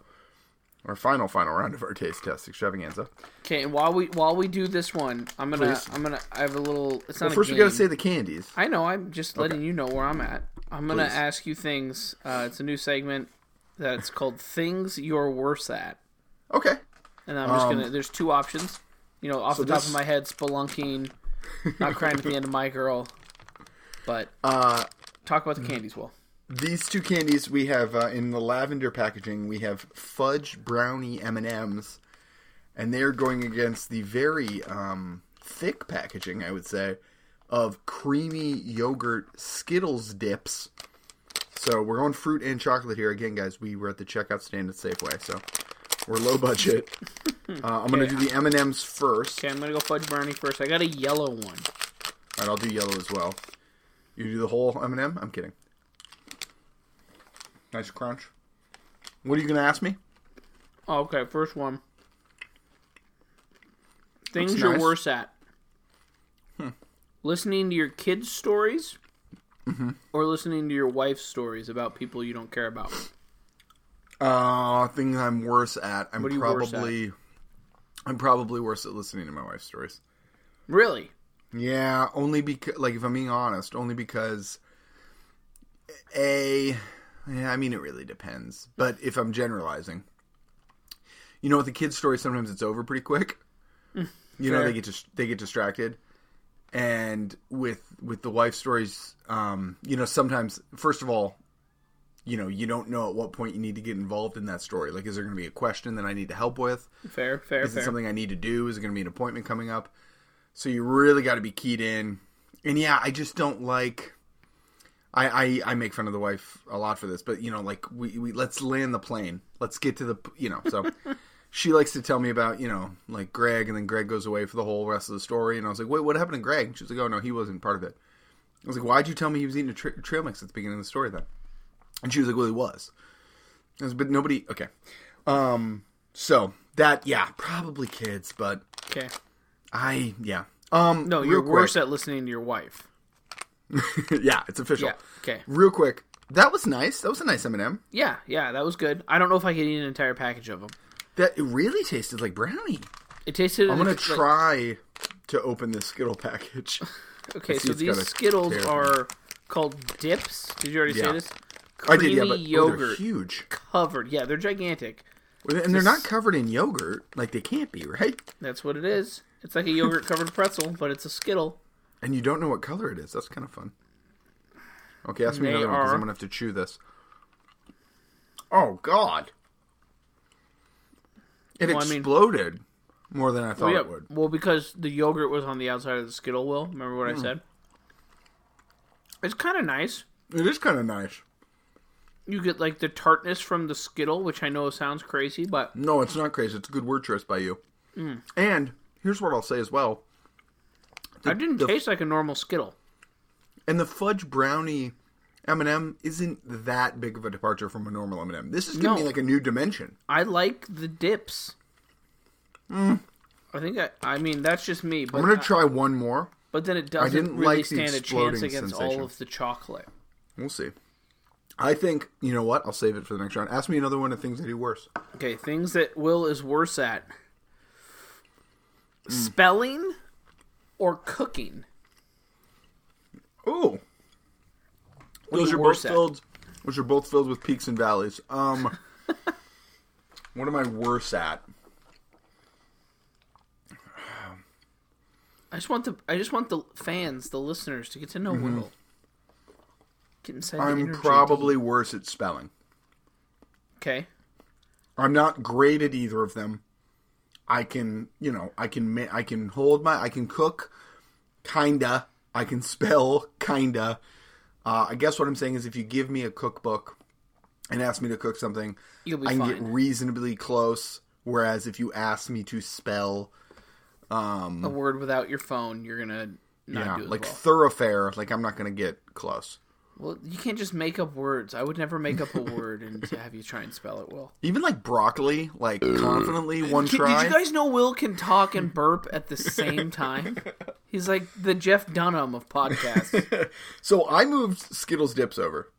S1: our final final round of our taste test extravaganza.
S2: Okay, and while we while we do this one, I'm gonna
S1: Please.
S2: I'm gonna I have a little. It's not
S1: Well, first
S2: a
S1: we
S2: game.
S1: got to say the candies.
S2: I know. I'm just letting you know where I'm at. I'm gonna
S1: Please.
S2: ask you things. Uh, it's a new segment that's called "Things You're Worse At,"
S1: Okay.
S2: and I'm just gonna. There's two options. You know, off
S1: Um, so
S2: the top
S1: this-
S2: of my head, spelunking, not crying at the end of my girl,
S1: [laughs]
S2: but uh, talk about the candies. Well,
S1: These two candies we have uh, in the lavender packaging. We have fudge brownie M and M's, and they're going against the very um, thick packaging, I would say, of creamy yogurt Skittles dips. So we're on fruit and chocolate here again, guys. We were at the checkout stand at Safeway, so we're low budget. Uh, I'm gonna do the M and M's first.
S2: okay, I'm gonna go fudge brownie first. I got a yellow one.
S1: All right, I'll do yellow as well. You do the whole M and M. I'm kidding. Nice crunch. What are you gonna ask me?
S2: Oh, okay, first one. Things
S1: Looks Hmm.
S2: you're
S1: nice.
S2: worse at. listening to your kids' stories
S1: Mm-hmm.
S2: or listening to your wife's stories about people you don't care about?
S1: Uh, thing I'm worse at. I'm
S2: What are you worse
S1: probably, I'm probably worse at listening to my wife's stories.
S2: Really?
S1: Yeah, only because, like, if I'm being honest, only because, a, yeah, I mean, it really depends. But if I'm generalizing, you know, with the kids' story, sometimes it's over pretty quick. you know,
S2: Fair.
S1: they get dis- they get distracted, and with with the wife stories, um, you know, sometimes first of all, you know, you don't know at what point you need to get involved in that story. Like, is there going to be a question that I need to help with?
S2: Fair, fair,
S1: Is it
S2: fair.
S1: something I need to do? Is it going to be an appointment coming up? So you really got to be keyed in. And yeah, I just don't like. I, I I make fun of the wife a lot for this, but you know, like we, we let's land the plane. Let's get to the p- you know.
S2: [laughs]
S1: So she likes to tell me about you know like Greg, and then Greg goes away for the whole rest of the story. And I was like, wait, what happened to Greg? She was like, oh no, he wasn't part of it. I was like, why'd you tell me he was eating a tra- trail mix at the beginning of the story then? And she was like, well, he was. I was, but nobody. Okay. Um. So that yeah, probably kids, but
S2: Okay.
S1: I yeah. Um.
S2: No,
S1: real
S2: you're
S1: quick.
S2: worse at listening to your wife.
S1: [laughs] yeah, it's official.
S2: Yeah. Okay.
S1: Real quick, that was nice. That was a nice M and m
S2: Yeah, yeah, that was good. I don't know if I could eat an entire package of them.
S1: That it really tasted like brownie.
S2: It tasted.
S1: I'm gonna
S2: like-
S1: try to open this Skittle
S2: [laughs]
S1: package.
S2: Okay,
S1: see
S2: so
S1: it's got
S2: these
S1: a
S2: Skittles
S1: tear.
S2: are called dips. Did you already
S1: Yeah.
S2: say this?
S1: I
S2: Creamy
S1: did, yeah, but oh, they're
S2: yogurt
S1: huge,
S2: covered. Yeah, they're gigantic.
S1: and they're not covered in yogurt. Like they can't be, right?
S2: That's what it is. It's like a yogurt covered pretzel, but it's a Skittle.
S1: And you don't know what color it is. That's kind of fun. Okay, ask me
S2: They
S1: another one because
S2: are-
S1: I'm gonna have to chew this. Oh God! It
S2: Well, I mean-
S1: exploded more than I [laughs] thought
S2: Well, yeah,
S1: it would.
S2: well, because the yogurt was on the outside of the Skittle wheel. Remember what
S1: Hmm.
S2: I said? It's kind of nice.
S1: It is kind of nice.
S2: You get like the tartness from the Skittle, which I know sounds crazy, but
S1: No, it's not crazy. It's a good word choice by you.
S2: Mm.
S1: And here's what I'll say as well.
S2: I didn't
S1: the-
S2: taste like a normal Skittle.
S1: And the fudge brownie M&M isn't that big of a departure from a normal M&M. This is giving
S2: No.
S1: me like a new dimension.
S2: I like the dips. I think I, I mean that's just me, but
S1: I'm gonna try one more.
S2: but then it doesn't
S1: didn't
S2: really
S1: like the
S2: stand a chance
S1: exploding
S2: against
S1: sensation.
S2: all of the chocolate.
S1: We'll see. I think you know what. I'll save it for the next round. Ask me another one of things I do worse.
S2: Okay, things that Will is worse at:
S1: Mm.
S2: spelling or cooking.
S1: Ooh,
S2: are
S1: those
S2: you
S1: are both
S2: worse at?
S1: filled. Which are both filled with peaks and valleys.
S2: [laughs]
S1: Um, what am I worse at?
S2: I just want the I just want the fans, the listeners, to get to know Will. Get inside. the
S1: Mm-hmm. I'm
S2: inner
S1: probably worse at spelling.
S2: JD. okay.
S1: I'm not great at either of them. I can, you know, I can ma- I can hold my I can cook kinda. I can spell kinda. Uh, I guess what I'm saying is if you give me a cookbook and ask me to cook something,
S2: You'll be
S1: I can
S2: fine.
S1: get reasonably close whereas if you ask me to spell
S2: a word without your phone, you're gonna not
S1: yeah,
S2: do as
S1: like
S2: well.
S1: thoroughfare, like I'm not going to get close.
S2: Well, you can't just make up words. I would never make up
S1: [laughs]
S2: a word and to have you try and spell it, Will.
S1: Even like broccoli, like confidently one
S2: Did,
S1: try.
S2: you guys know Will can talk and burp at the
S1: [laughs]
S2: same time? He's like the Jeff Dunham of podcasts
S1: so I moved Skittles dips over.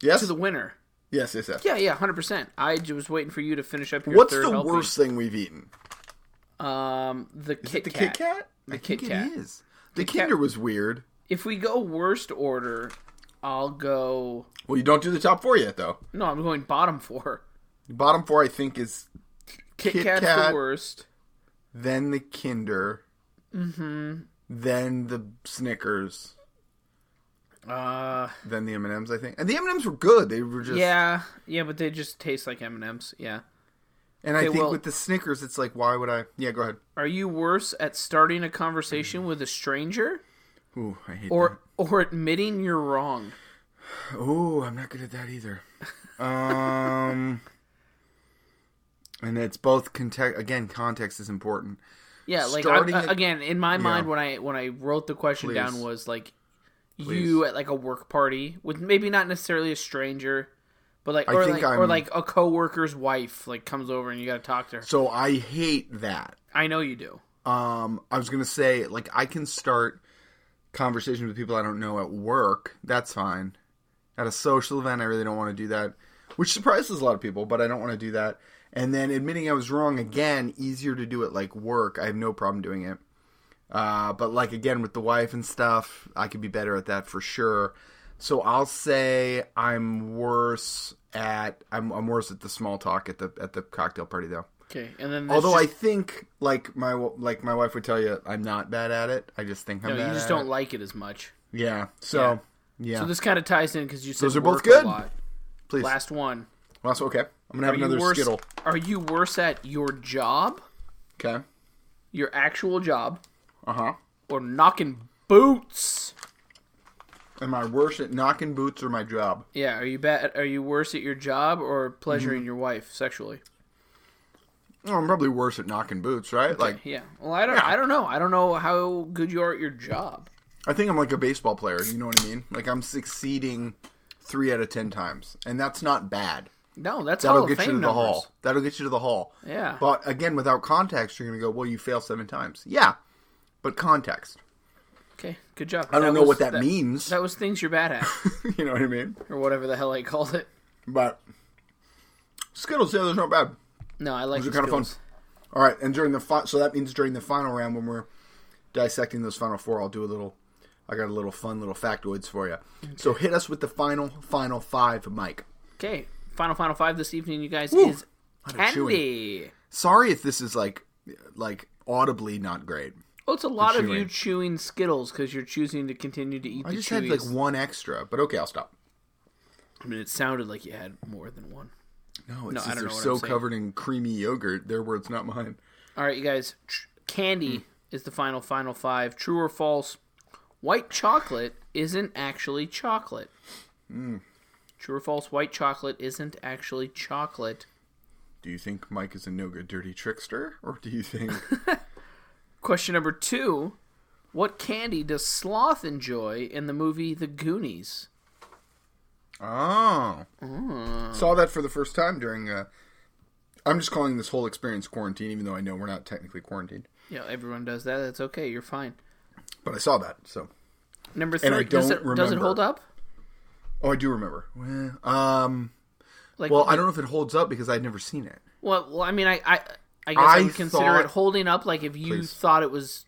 S1: Yes.
S2: to the winner.
S1: yes, yes, yes.
S2: Yeah, yeah, hundred percent. I j- was waiting for you to finish up your
S1: What's
S2: third
S1: the
S2: helping.
S1: worst thing we've eaten?
S2: Um, the Kit
S1: The
S2: Kat.
S1: Kit Kat?
S2: The
S1: I think
S2: Kit
S1: it
S2: Kat.
S1: is. The,
S2: Kit Kat-
S1: Kinder was weird.
S2: If we go worst order, I'll go.
S1: Well, you don't do the top four yet, though.
S2: No, I'm going bottom four.
S1: Bottom four, I think, is
S2: Kit,
S1: Kit
S2: Kat's
S1: Kat.
S2: the worst.
S1: then the Kinder, mm-hmm. then the Snickers,
S2: Uh,
S1: then the M and M's. I think, and the M and M's were good. They were just
S2: yeah, yeah, but they just taste like M and M's. Yeah.
S1: And I
S2: Okay,
S1: think
S2: well-
S1: with the Snickers, it's like, why would I? Yeah, go ahead.
S2: Are you worse at starting a
S1: Hmm.
S2: conversation with a stranger
S1: Ooh, I hate
S2: or or admitting you're wrong?
S1: that. Ooh, I'm not good at that either. [laughs] Um, and it's both context. Again, context is important.
S2: Yeah, like
S1: Starting
S2: I,
S1: a-
S2: again, in my mind when I when I wrote the question
S1: Please.
S2: down was like you
S1: Please.
S2: at like a work party with maybe not necessarily a stranger, but like
S1: I
S2: or
S1: think
S2: like or
S1: I'm-
S2: like a coworker's wife like comes over and you got to talk to her.
S1: So I hate that.
S2: I know you do.
S1: Um, I was gonna say, like, I can start conversations with people I don't know at work, that's fine. At a social event, I really don't want to do that, which surprises a lot of people, but I don't want to do that. And then admitting I was wrong again, easier to do at like work. I have no problem doing it. Uh, but like again with the wife and stuff, I could be better at that for sure. So I'll say I'm worse at I'm, I'm worse at the small talk at the at the cocktail party though.
S2: Okay, and then
S1: Although I think like my w- like my wife would tell you I'm not bad at it. I just think I'm
S2: no,
S1: bad.
S2: you just
S1: at
S2: don't
S1: it.
S2: like it as much.
S1: Yeah. So yeah.
S2: So this kind of ties in because you said
S1: Those are both
S2: work
S1: good.
S2: A lot.
S1: Please.
S2: Last one.
S1: Well, that's okay. I'm gonna have
S2: Are you
S1: another
S2: worse-
S1: skittle.
S2: Are you worse at your job,
S1: Okay.
S2: your actual job,
S1: Uh huh.
S2: or knocking boots?
S1: Am I worse at knocking boots or my job?
S2: Yeah, are you bad? Are you worse at your job or pleasuring
S1: Mm-hmm.
S2: your wife sexually?
S1: Oh, I'm probably worse at knocking boots, right? Like
S2: Yeah. Well, I don't. I don't know. I don't know how good you are at your job.
S1: I think I'm like a baseball player. You know what I mean? Like I'm succeeding three out of ten times, and that's not bad.
S2: No, that's
S1: That'll
S2: Hall of
S1: get you to
S2: Fame
S1: the
S2: numbers.
S1: hall. That'll get you to the hall.
S2: Yeah.
S1: But again, without context, you're gonna go, well, you fail seven times. Yeah, but context.
S2: Okay, good job.
S1: I don't know
S2: was-
S1: what that, means.
S2: That was things you're bad at,
S1: [laughs] you know what I mean?
S2: or whatever the hell I called it.
S1: But Skittles, yeah, those aren't bad.
S2: No, I like
S1: Those are
S2: the
S1: kind of fun.
S2: skills.
S1: All right, and during the fi- so that means during the final round when we're dissecting those final four, I'll do a little. I got a little fun little factoids for you. So hit us with the final final five, Mike.
S2: Okay, final final five this evening, you guys
S1: Woo!
S2: is
S1: Lot of
S2: candy.
S1: Sorry if this is like like audibly not great.
S2: Oh, it's a lot of you
S1: chewing.
S2: chewing Skittles because you're choosing to continue to eat
S1: I
S2: the
S1: just had
S2: Chewies.
S1: like one extra, but okay, I'll stop.
S2: I mean, it sounded like you had more than one.
S1: No, it's
S2: No, I
S1: just
S2: don't
S1: they're
S2: know what
S1: so
S2: I'm saying.
S1: covered in creamy yogurt. Their words, not mine.
S2: All right, you guys. Tr- candy
S1: Hmm.
S2: is the final final five. True or false? White chocolate isn't actually chocolate.
S1: Hmm.
S2: True or false? White chocolate isn't actually chocolate.
S1: Do you think Mike is a no good dirty trickster, or do you [laughs] think
S2: Question number two: What candy does Sloth enjoy in the movie The Goonies?
S1: Oh. Saw that for the first time during uh I'm just calling this whole experience quarantine even though I know we're not technically quarantined.
S2: Yeah, everyone does that. That's okay. You're fine.
S1: But I saw that. So
S2: Number
S1: And I
S2: three. Does
S1: don't
S2: it, does it
S1: remember.
S2: hold up?
S1: Oh, I do remember. Well, um
S2: Like,
S1: well, I don't know if it holds up because I'd never seen it.
S2: Well, well, I mean, I, I, I guess I,
S1: I
S2: would consider
S1: thought-
S2: it holding up. Like, if you
S1: Please.
S2: thought it was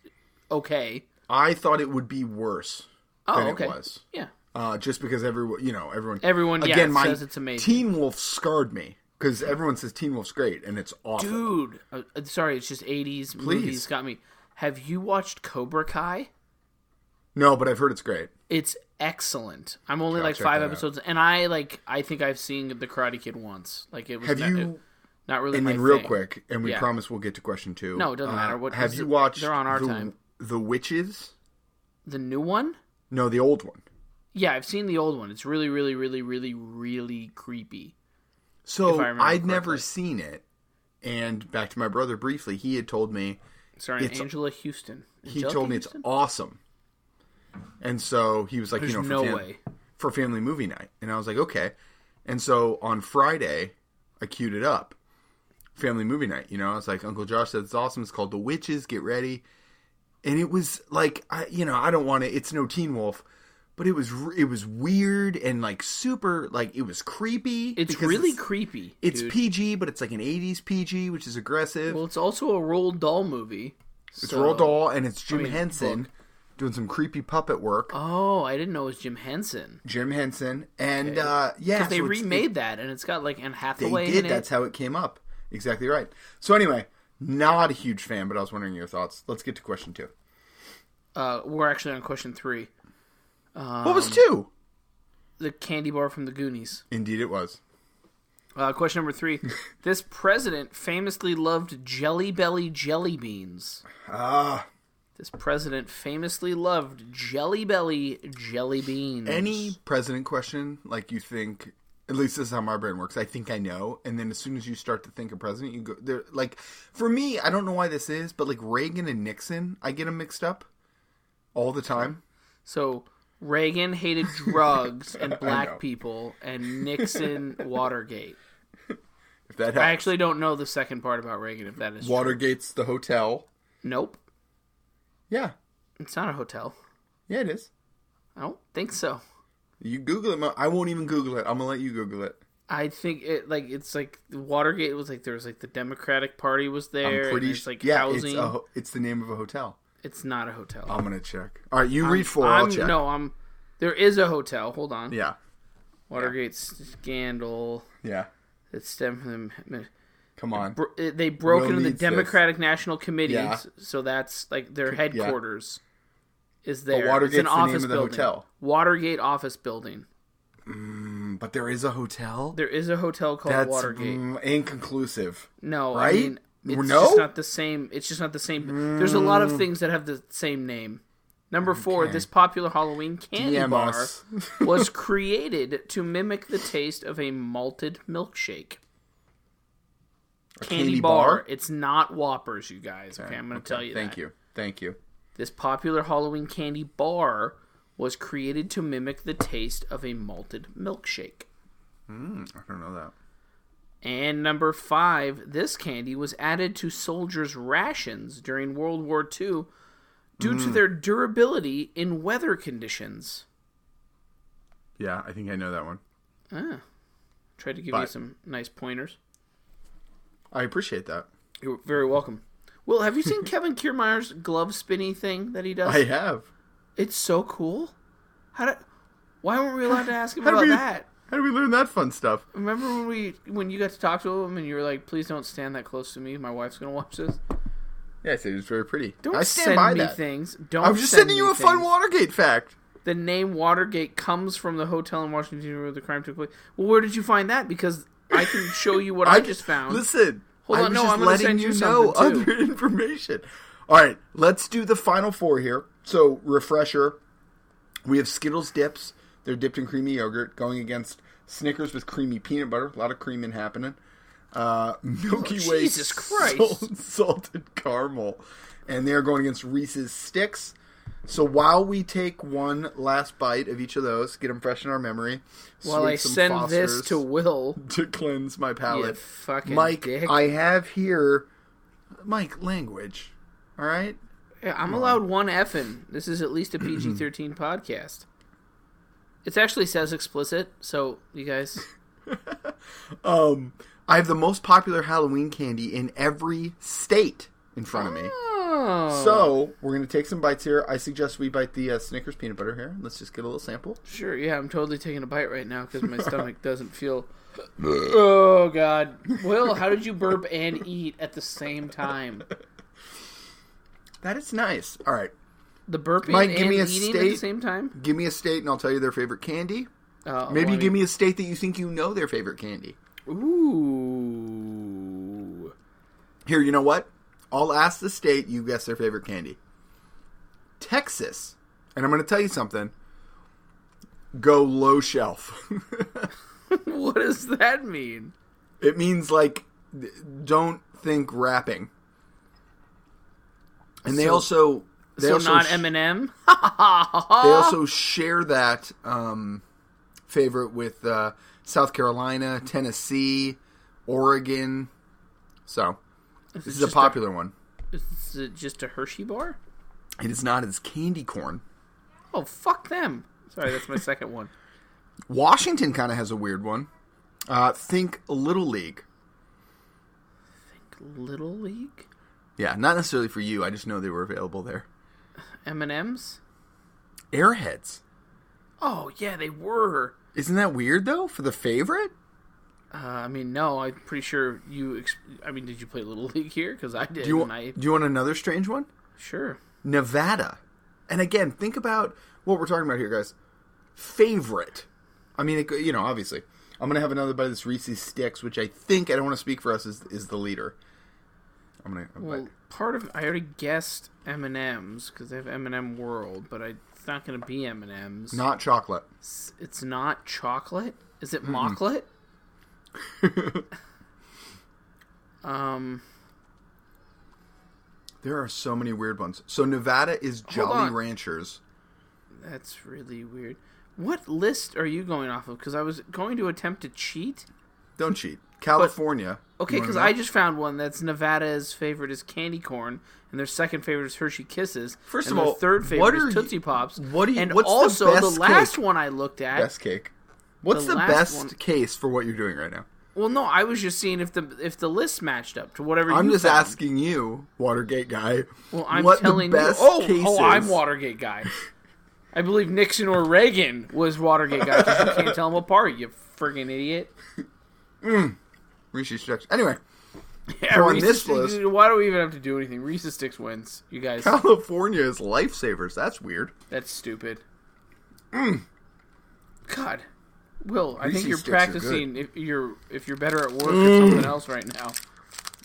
S2: okay.
S1: I thought it would be worse
S2: Oh,
S1: than
S2: okay.
S1: it was.
S2: Yeah.
S1: Uh just because everyone, you know, everyone
S2: Everyone, yeah,
S1: again, my
S2: says it's amazing.
S1: Teen Wolf scarred me cuz everyone says Teen Wolf's great and it's awful.
S2: Dude, uh, uh, sorry, it's just '80s movies got me. Have you watched Cobra Kai?
S1: No, but I've heard it's great.
S2: It's excellent. I'm only
S1: I'll
S2: like
S1: check
S2: five
S1: that out.
S2: episodes, and I like. I think I've seen The Karate Kid once. Like, it was
S1: Have
S2: not,
S1: you
S2: it- not really.
S1: and
S2: my
S1: then real
S2: thing.
S1: quick, and we
S2: Yeah.
S1: promise we'll get to question two. uh,
S2: No, it doesn't matter. What-
S1: have
S2: it's-
S1: you watched?
S2: they're on our
S1: the,
S2: time.
S1: The Witches?
S2: the new one.
S1: No, the old one.
S2: Yeah, I've seen the old one. It's really, really, really, really, really creepy.
S1: So
S2: If I
S1: I'd
S2: remember
S1: never
S2: correctly.
S1: seen it. And back to my brother briefly, he had told me
S2: Sorry,
S1: It's-
S2: Angela Houston.
S1: he told me it's awesome. And so he was like,
S2: There's
S1: you know, for,
S2: no
S1: fam-
S2: way.
S1: for family movie night. And I was like, okay. And so on Friday, I queued it up. Family movie night, you know, I was like, Uncle Josh said it's awesome. It's called The Witches. Get ready. And it was like, I, you know, I don't want to. It's no Teen Wolf, but it was r- it was weird and like super, like it was creepy.
S2: It's
S1: because
S2: really creepy.
S1: It's
S2: dude.
S1: PG, but it's like an '80s PG, which is aggressive.
S2: Well, it's also a Roald Dahl movie.
S1: it's Roald Dahl and it's Jim
S2: mean,
S1: Henson
S2: book.
S1: doing some creepy puppet work.
S2: Oh, I didn't know it was Jim Henson.
S1: Jim Henson and uh, yeah,
S2: Because they
S1: so it's-
S2: remade that, and it's got like Anne
S1: They
S2: Hathaway
S1: did.
S2: in
S1: That's
S2: it.
S1: how it came up. Exactly right. So anyway, not a huge fan, but I was wondering your thoughts. Let's get to question two.
S2: Uh, we're actually on question three: Um,
S1: what was two?
S2: the candy bar from the Goonies.
S1: Indeed, it was.
S2: Uh, question
S1: [laughs]
S2: number three: This president famously loved Jelly Belly jelly beans.
S1: Ah,
S2: This president famously loved Jelly Belly jelly beans.
S1: any president question like you think? At least this is how my brain works. I think I know, and then as soon as you start to think of president, you go there. Like for me, I don't know why this is, but like Reagan and Nixon, I get them mixed up all the time.
S2: So Reagan hated
S1: [laughs]
S2: drugs and
S1: know.
S2: black people,
S1: [laughs]
S2: and Nixon Watergate.
S1: If that
S2: I
S1: helps.
S2: actually don't know the second part about Reagan. If that is true.
S1: Watergate's the hotel.
S2: nope,
S1: Yeah,
S2: it's not a hotel.
S1: Yeah, it is.
S2: I don't think so.
S1: You Google it. Mo. I won't even Google it. I'm gonna let you Google it.
S2: I think it like it's like the Watergate was like there was like the Democratic Party was there.
S1: I'm
S2: and
S1: pretty.
S2: there's,
S1: sure.
S2: like
S1: yeah,
S2: housing.
S1: it's a, ho- it's the name of a hotel.
S2: It's not a hotel.
S1: I'm gonna check. All right, you read
S2: I'm,
S1: four. I'll
S2: I'm-
S1: check.
S2: No, I'm. There is a hotel. Hold on.
S1: Yeah.
S2: Watergate scandal
S1: Yeah.
S2: that stemmed from the,
S1: Come on.
S2: bro- it- they broke
S1: Will
S2: into the
S1: needs
S2: Democratic National Committee.
S1: Yeah.
S2: So that's like their headquarters is there. It's
S1: Watergate's
S2: an
S1: the name
S2: office
S1: of the
S2: building.
S1: hotel.
S2: Watergate office building.
S1: but there is a hotel.
S2: There is a hotel called
S1: That's
S2: Watergate.
S1: mm, inconclusive.
S2: No,
S1: right?
S2: I mean it's
S1: No?
S2: just not the same. It's just not the same. There's a lot
S1: Mm.
S2: of things that have the same name. Number four, this popular Halloween candy
S1: DM
S2: bar
S1: us.
S2: [laughs]
S1: [laughs]
S2: was created to mimic the taste of a malted milkshake.
S1: candy bar?
S2: It's not Whoppers, you guys.
S1: [laughs]
S2: Okay, I'm going to tell you
S1: Thank
S2: that.
S1: you. Thank you.
S2: This popular Halloween candy bar was created to mimic the taste of a malted milkshake.
S1: I don't know that.
S2: And number five, this candy was added to soldiers' rations during World War II due
S1: Mm.
S2: to their durability in weather conditions.
S1: Yeah, I think I know that one.
S2: Ah. Tried to give you
S1: But-
S2: some nice pointers.
S1: I appreciate that.
S2: You're very welcome. Will, have
S1: [laughs]
S2: you seen Kevin Kiermeyer's glove spinny thing that he does?
S1: I have.
S2: It's so cool. How did? Why weren't we allowed to ask
S1: [laughs]
S2: him
S1: How do
S2: about
S1: we-
S2: that?
S1: How do we learn that fun stuff?
S2: Remember when we when you got to talk to him and you were like, "Please don't stand that close to me. My wife's gonna watch this.
S1: Yeah, I said it's very pretty.
S2: Don't
S1: I stand
S2: send
S1: by
S2: me
S1: that.
S2: things. Don't."
S1: I'm just
S2: send
S1: sending you
S2: me
S1: a fun
S2: things."
S1: Watergate fact.
S2: The name Watergate comes from the hotel in Washington where the crime took place. Well, where did you find that? Because I can show you
S1: [laughs]
S2: what I, just found.
S1: Listen,
S2: Hold
S1: I
S2: on,
S1: was
S2: no,
S1: just
S2: I'm gonna
S1: letting
S2: send
S1: you
S2: you
S1: know
S2: something,
S1: other [laughs]
S2: too.
S1: information. All right, let's do the final four here. So refresher, we have Skittles dips. They're dipped in creamy yogurt, going against Snickers with creamy peanut butter. A lot of creaming happening. Uh, [laughs] Milky
S2: Oh,
S1: Way
S2: Jesus Christ.
S1: salt- salted caramel, and they are going against Reese's sticks. So while we take one last bite of each of those, get them fresh in our memory.
S2: While I
S1: sweet some
S2: send this
S1: Fosters
S2: to Will,
S1: [laughs] to cleanse my palate.
S2: You fucking
S1: Mike,
S2: dick.
S1: I have here Mike language. All right?
S2: Yeah, I'm allowed one effing. This is at
S1: [clears throat]
S2: least a PG-13 podcast. It actually says explicit, so
S1: [laughs]
S2: you guys.
S1: Um I have the most popular Halloween candy in every state in front of me.
S2: Oh,
S1: So, we're going to take some bites here. I suggest we bite the uh, Snickers peanut butter here. Let's just get a little sample.
S2: sure. Yeah, I'm totally taking a bite right now because
S1: [laughs]
S2: my stomach doesn't feel. oh God, Will, how did you burp and eat at the same time?
S1: That is nice. All right.
S2: The burping
S1: Mike,
S2: and
S1: give me a
S2: eating at the
S1: state.
S2: same time.
S1: Give me a state and I'll tell you their favorite candy.
S2: Uh,
S1: Maybe give me a state that you think you know their favorite candy.
S2: Ooh. [laughs]
S1: Here, you know what? I'll ask the state, you guess their favorite candy. Texas. And I'm going to tell you something. Go low shelf. [laughs]
S2: What does that mean?
S1: it means like th- don't think wrapping. And they
S2: So-
S1: also they
S2: so
S1: also
S2: not
S1: sh-
S2: Eminem.
S1: they also share that um, favorite with uh, South Carolina, Tennessee, Oregon. So [laughs] this is a
S2: just a-
S1: popular one.
S2: Is it just a Hershey bar?
S1: It is not as candy corn.
S2: Oh fuck them! Sorry, that's my second one.
S1: Washington kind of has a weird one. Uh, think Little League.
S2: [laughs] Little League
S1: Yeah, not necessarily for you. I just know they were available there.
S2: M and M's.
S1: Airheads.
S2: Oh yeah, they were.
S1: Isn't that weird though? For the favorite,
S2: Uh, I mean, no, I'm pretty sure you. Ex- I mean, did you play Little League here? Because I did.
S1: do you
S2: and I,
S1: want? Do you want another strange one?
S2: sure.
S1: Nevada. And again, think about what we're talking about here, guys. Favorite. I mean, it, you know, obviously, I'm gonna have another bite of this Reese's sticks, which I think I don't want to speak for us is is the leader. I'm gonna. I'm
S2: Well,
S1: back.
S2: part of I already guessed M and M's because they have M and M World, but I, it's not going to be M and M's.
S1: Not chocolate.
S2: It's, it's not chocolate. Is it mocklet? um.
S1: There are so many weird ones. So Nevada is Jolly
S2: on.
S1: Ranchers.
S2: That's really weird. What list are you going off of? Because I was going to attempt to cheat,
S1: Don't cheat. California.
S2: Okay,
S1: You wanna
S2: because
S1: know?
S2: I just found one that's Nevada's favorite is candy corn, and their second favorite is Hershey Kisses.
S1: First
S2: and
S1: of
S2: their
S1: all,
S2: third favorite
S1: what
S2: is
S1: are you-
S2: Tootsie Pops.
S1: what are you-
S2: and
S1: what's the
S2: also the,
S1: best
S2: last
S1: cake?
S2: one I looked at.
S1: best cake. What's
S2: The
S1: the,
S2: last
S1: best
S2: one-
S1: case for what you're doing right now?
S2: Well, no, I was just seeing if the if the list matched up to whatever.
S1: I'm
S2: you
S1: just
S2: found.
S1: asking you, Watergate guy.
S2: Well, I'm
S1: what
S2: telling
S1: the best
S2: you. Oh,
S1: case
S2: oh, I'm
S1: is.
S2: Watergate guy. I believe Nixon or Reagan was Watergate guy. 'cause you can't tell them apart. You friggin' idiot.
S1: [laughs] Reese's Sticks. Anyway,
S2: Yeah,
S1: So on
S2: Reese's
S1: this
S2: Sticks-
S1: list-
S2: why do we even have to do anything? Reese's Sticks wins. You guys,
S1: California is lifesavers. That's weird.
S2: that's stupid. God, Will, I
S1: Mm.
S2: think
S1: Reese's
S2: you're
S1: Sticks are good. Mm.
S2: practicing. If you're if you're better at work or something else right now,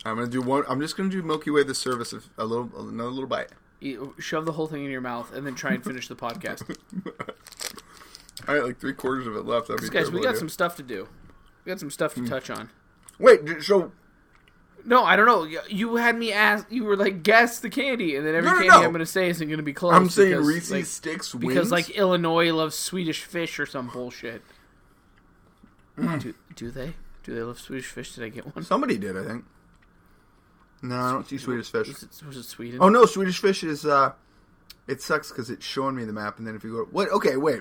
S1: I'm gonna do one. I'm just gonna do Milky Way the service of a little another little bite.
S2: You- shove the whole thing in your mouth and then try and finish
S1: [laughs]
S2: the podcast.
S1: I got like three quarters of it left. That'd be
S2: guys, we
S1: terrible
S2: got
S1: to do.
S2: some stuff to do. We got some stuff
S1: Mm.
S2: to touch on.
S1: Wait, d- so
S2: No, I don't know. Y- You had me ask. You were like, guess the candy, and then every
S1: No, no,
S2: candy
S1: no.
S2: I'm going to say isn't going to be close.
S1: I'm saying
S2: because,
S1: Reese's
S2: like-
S1: Sticks wins
S2: because like Illinois loves Swedish fish or some bullshit.
S1: Mm.
S2: Do, do they? Do they love Swedish fish? Did I get one?
S1: somebody did, I think. No, I don't see Swedish fish.
S2: Was it, was it Sweden?
S1: Oh no, Swedish fish is uh it sucks because it's showing me the map and then if you go what okay, wait.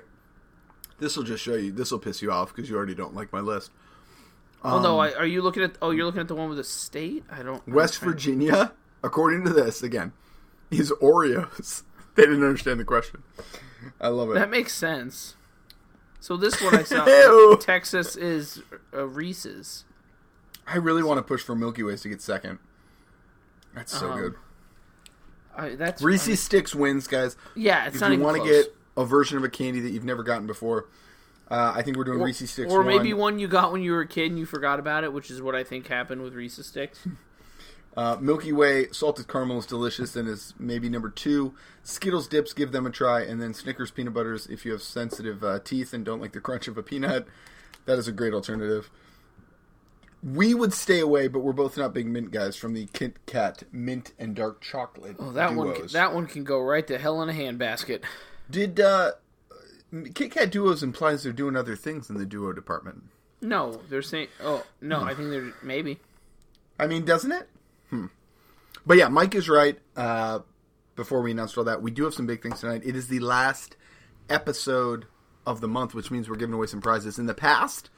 S1: This'll just show you this'll piss you off because you already don't like my list.
S2: oh no! I, are you looking at? Oh, you're looking at the one with the state. I don't. I'm
S1: um, West
S2: trying-
S1: Virginia, according to this, again, is Oreos. [laughs] they didn't understand the question. I love
S2: That
S1: it.
S2: makes sense. So this one I saw.
S1: [laughs] Ew.
S2: Texas is uh, Reese's.
S1: I really want to push for Milky Ways to get second. That's so
S2: Um,
S1: good.
S2: I, that's
S1: Reese's Sticks wins, guys.
S2: Yeah, it's
S1: if
S2: not
S1: you
S2: even
S1: want to
S2: close.
S1: get a version of a candy that you've never gotten before, uh, I think we're doing
S2: Or-
S1: Reese's Sticks.
S2: Or maybe
S1: one.
S2: one you got when you were a kid and you forgot about it, which is what I think happened with
S1: [laughs]
S2: Reese's sticks.
S1: Uh, Milky Way salted caramel is delicious and is maybe number two. Skittles dips, give them a try, and then Snickers peanut butters if you have sensitive uh, teeth and don't like the [laughs] crunch of a peanut. That is a great alternative. We would stay away, but we're both not big mint guys from the Kit Kat mint and dark chocolate.
S2: Oh, that one
S1: duos.
S2: that one can go right to hell in a handbasket.
S1: did uh, Kit Kat duos implies they're doing other things in the duo department.
S2: No, they're saying. Oh no, I think they're maybe.
S1: I mean, doesn't it? Hmm. But yeah, Mike is right. Uh, before we announced all that, we do have some big things tonight. It is the last episode of the month, which means we're giving away some prizes. In the past,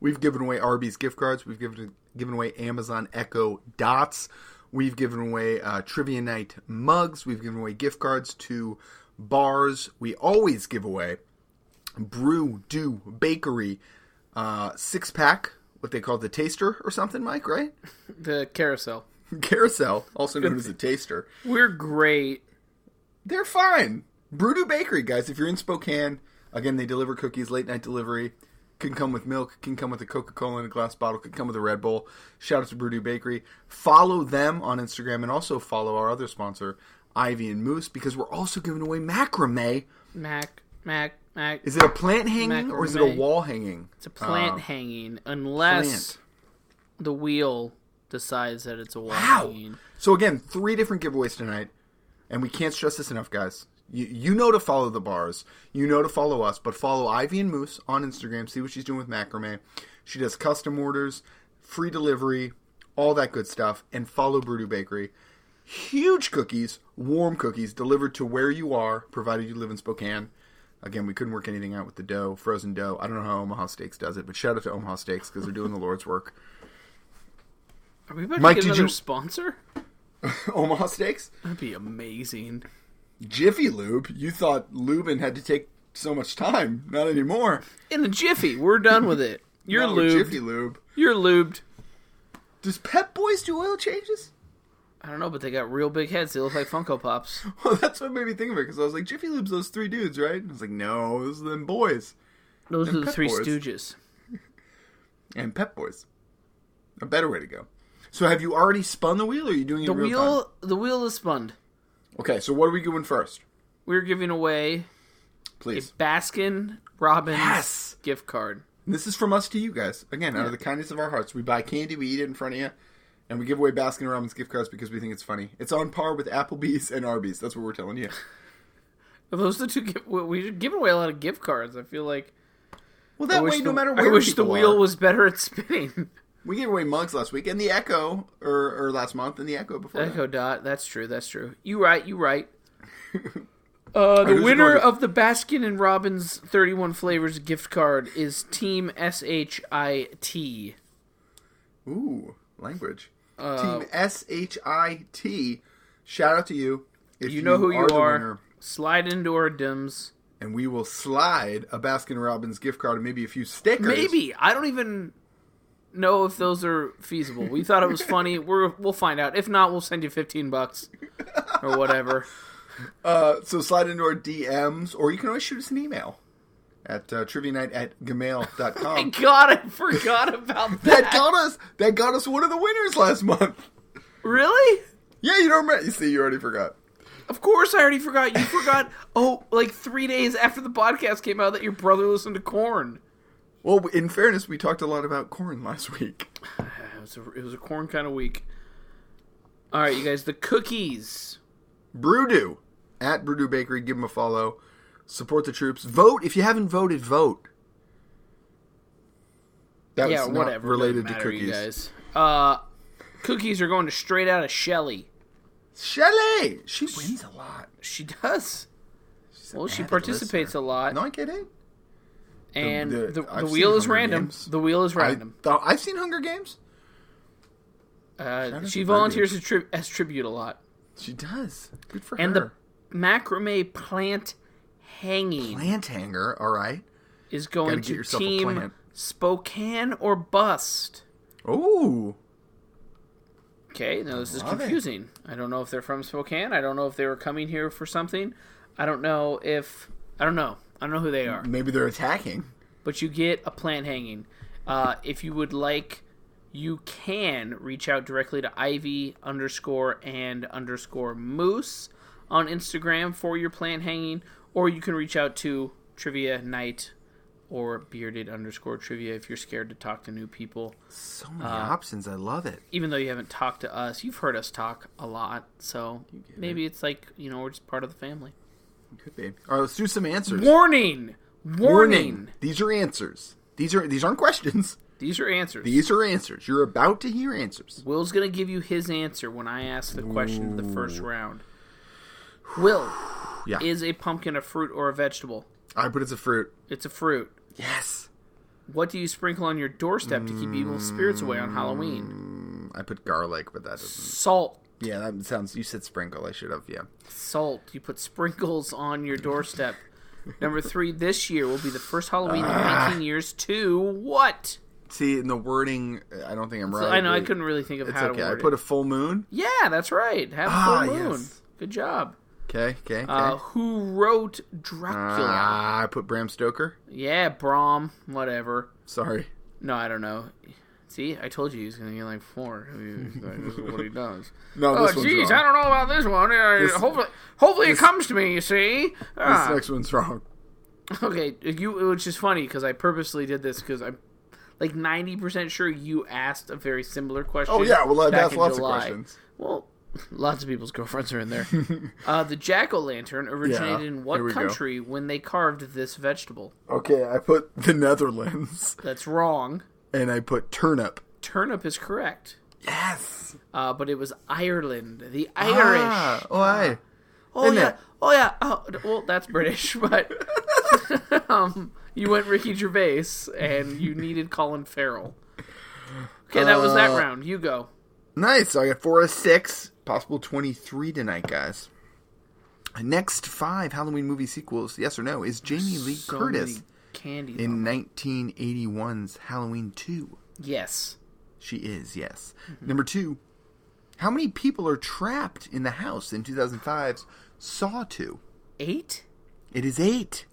S1: we've given away Arby's gift cards. We've given given away Amazon Echo Dots. We've given away uh, Trivia Night mugs. We've given away gift cards to bars. We always give away Brew Do Bakery uh, six pack, what they call the taster or something, Mike, right?
S2: The carousel.
S1: Carousel, also known as a taster.
S2: We're great.
S1: They're fine. Brudu Bakery, guys, if you're in Spokane, again, they deliver cookies, late night delivery. Can come with milk, can come with a Coca Cola in a glass bottle, can come with a Red Bull. Shout out to Brudu Bakery. Follow them on Instagram and also follow our other sponsor, Ivy and Moose, because we're also giving away macrame.
S2: Mac Mac Mac.
S1: Is it a plant hanging or is it a
S2: Macrame.
S1: wall hanging?
S2: it's a plant hanging unless
S1: Plant.
S2: the wheel decides that it's a wall
S1: Wow.
S2: hanging.
S1: So again, three different giveaways tonight, and we can't stress this enough, guys. You, you know to follow the bars, you know to follow us, but follow Ivy and Moose on Instagram. See what she's doing with macrame. She does custom orders, free delivery, all that good stuff, and follow Brudu Bakery. Huge cookies, warm cookies delivered to where you are, provided you live in Spokane. Again, we couldn't work anything out with the dough, frozen dough. I don't know how Omaha Steaks does it, but shout out to Omaha Steaks because they're doing the Lord's work. [laughs]
S2: Are we about
S1: Mike,
S2: to get
S1: did
S2: another
S1: you-
S2: sponsor?
S1: Omaha Steaks?
S2: That'd be amazing.
S1: Jiffy Lube. You thought lubing had to take so much time. Not anymore.
S2: In a jiffy, we're done
S1: [laughs]
S2: with it. You're
S1: Not with
S2: lubed.
S1: Jiffy Lube.
S2: You're lubed.
S1: Does Pep Boys do oil changes? [laughs]
S2: I don't know, but they got real big heads. They look like Funko Pops.
S1: Well, that's what made me think of it because I was like, Jiffy Lube's those three dudes, right? And I was like, no, those are them boys
S2: Those are the
S1: Pep
S2: Three
S1: Boys.
S2: Stooges.
S1: and Pep Boys. A better way to go. So, have you already spun the wheel? Or are you doing it
S2: The
S1: in real
S2: wheel,
S1: time?
S2: the wheel is spun.
S1: Okay, so what are we doing first?
S2: We're giving away a
S1: Please.
S2: Baskin Robbins
S1: Yes!
S2: gift card.
S1: This is from us to you guys. Again, out of the kindness of our hearts, we buy candy, we eat it in front of you, and we give away Baskin Robbins gift cards because we think it's funny. It's on par with Applebee's and Arby's. That's what we're telling you.
S2: Are those the two? Give- we- We're giving away a lot of gift cards. I feel like
S1: Well,
S2: I
S1: that
S2: wish
S1: way,
S2: the,
S1: no matter
S2: I
S1: where
S2: wish the
S1: people
S2: wheel
S1: are.
S2: was better at spinning. [laughs]
S1: We gave away mugs last week, and the Echo, or, or last month, and the Echo before. that.
S2: Echo Dot. That's true. That's true. You right.
S1: [laughs]
S2: You right. Uh, the
S1: who's it
S2: winner
S1: going to?
S2: of the Baskin and Robbins 31 flavors gift card is Team SHIT.
S1: Ooh, language. Team S H I T. Shout out to you. If
S2: You know who you
S1: the
S2: are.
S1: winner,
S2: Slide into our dims.
S1: and we will slide a Baskin Robbins gift card and maybe a few stickers.
S2: Maybe I don't even know if those are feasible. We thought it was funny. [laughs] We're, we'll find out. If not, we'll send you 15 bucks or
S1: [laughs]
S2: whatever.
S1: Uh, so slide into our DMs, or you can always shoot us an email at uh, trivia night at [laughs] gmail.com.
S2: Thank God, I forgot
S1: [laughs]
S2: about that.
S1: that got us. That got us one of the winners last month.
S2: Really?
S1: Yeah, you don't remember. You see, you already forgot.
S2: Of course, I already forgot. You forgot. Oh, like three days after the podcast came out, that your brother listened to Corn.
S1: Well, in fairness, we talked a lot about corn [laughs] last week.
S2: It was a, it was a Corn kind of week. All right, you guys. The cookies.
S1: Brewdo at Brewdo Bakery. Give them a follow. Support the troops. Vote if you haven't voted. Vote. That
S2: yeah,
S1: was not
S2: whatever.
S1: related
S2: Doesn't
S1: to
S2: matter,
S1: cookies.
S2: You guys. Uh, cookies are going to straight out of Shelly.
S1: Shelley, she wins a lot.
S2: She does.
S1: She's an
S2: Well, she
S1: avid
S2: participates
S1: listener.
S2: a lot,
S1: No, I get it.
S2: and
S1: the-
S2: the, the,
S1: I've
S2: wheel
S1: seen
S2: is
S1: Hunger
S2: random.
S1: Games.
S2: The wheel is
S1: I
S2: random.
S1: thought, I've seen Hunger Games.
S2: uh,
S1: out
S2: she
S1: to
S2: volunteers as, tri- as tribute a lot,
S1: She does. Good for
S2: and
S1: her.
S2: the macrame plant hanging.
S1: plant hanger. All right.
S2: is
S1: Gotta
S2: going
S1: get
S2: to
S1: yourself a
S2: team
S1: plant.
S2: Spokane or bust.
S1: Oh,
S2: Okay, now this is
S1: Love it.
S2: confusing. I don't know if they're from Spokane. I don't know if they were coming here for something. I don't know if I don't know. I don't know who they are.
S1: maybe they're attacking.
S2: But you get a plant hanging. Uh, if you would like, you can reach out directly to Ivy underscore and underscore Moose on Instagram for your plant hanging, or you can reach out to Trivia Night or Bearded underscore Trivia if you're scared to talk to new people.
S1: So many
S2: Uh,
S1: options. I love it.
S2: even though you haven't talked to us, you've heard us talk a lot. So maybe it's like, you know, we're just part of the family.
S1: Could be. All right, let's do some answers.
S2: Warning! Warning!
S1: These are answers. These are these aren't questions. [laughs]
S2: These are answers.
S1: These are answers. You're about to hear answers.
S2: Will's going to give you his answer when I ask the question in the first round. Will,
S1: [sighs] Yeah.
S2: is a pumpkin a fruit or a vegetable?
S1: I put it's a fruit.
S2: It's a fruit.
S1: Yes.
S2: What do you sprinkle on your doorstep to keep evil spirits away on Halloween?
S1: I put garlic, but that doesn't.
S2: Salt.
S1: Yeah, that sounds. You said sprinkle. I should have. Yeah.
S2: Salt. You put sprinkles on your doorstep. Number three, this year will be the first Halloween in
S1: Ah.
S2: 19 years to what?
S1: See, in the wording, I don't think I'm right.
S2: I know I
S1: but
S2: couldn't really think of
S1: It's
S2: how
S1: okay.
S2: to
S1: I
S2: word
S1: put
S2: it.
S1: a full moon.
S2: yeah, that's right. Have
S1: Ah,
S2: a full moon.
S1: yes.
S2: Good job.
S1: Okay. Okay. okay.
S2: Uh, who wrote Dracula?
S1: Ah, I put Bram Stoker.
S2: yeah, Brom. Whatever.
S1: Sorry.
S2: No, I don't know. See, I told you he was gonna get like four. I mean, [laughs] like, this is what he does.
S1: No,
S2: oh,
S1: this one's
S2: jeez,
S1: wrong.
S2: I don't know about this one. Uh,
S1: This-
S2: hopefully, hopefully it comes to me. You see. Ah.
S1: This next one's wrong.
S2: Okay, you which is funny because I purposely did this because I'm like ninety percent sure you asked a very similar question.
S1: Oh, yeah, well, I've
S2: back
S1: asked
S2: in
S1: lots of questions.
S2: Well, lots of people's girlfriends are
S1: [laughs]
S2: in there. uh, the jack o' lantern originated
S1: Yeah,
S2: in
S1: here
S2: what
S1: we go.
S2: country when they carved this vegetable?
S1: Okay, I put the Netherlands [laughs]
S2: That's wrong.
S1: and I put turnip.
S2: Turnip is correct,
S1: Yes.
S2: uh, but it was Ireland. The Irish.
S1: Ah, why?
S2: oh
S1: isn't
S2: yeah.
S1: it?
S2: Oh yeah. Oh, d- well, that's British, [laughs] but um, you went Ricky Gervais
S1: [laughs]
S2: and you needed Colin Farrell. Okay, that was that
S1: Uh,
S2: round. You go.
S1: Nice. So I got four out of six. Possible 23 tonight, guys. Next five Halloween movie sequels, yes or no, is Jamie Lee
S2: So
S1: Curtis
S2: many candies.
S1: in 1981's Halloween 2.
S2: yes.
S1: She is, yes.
S2: Mm-hmm.
S1: Number two, how many people are trapped in the house in 2005's Saw 2?
S2: Eight?
S1: It is eight.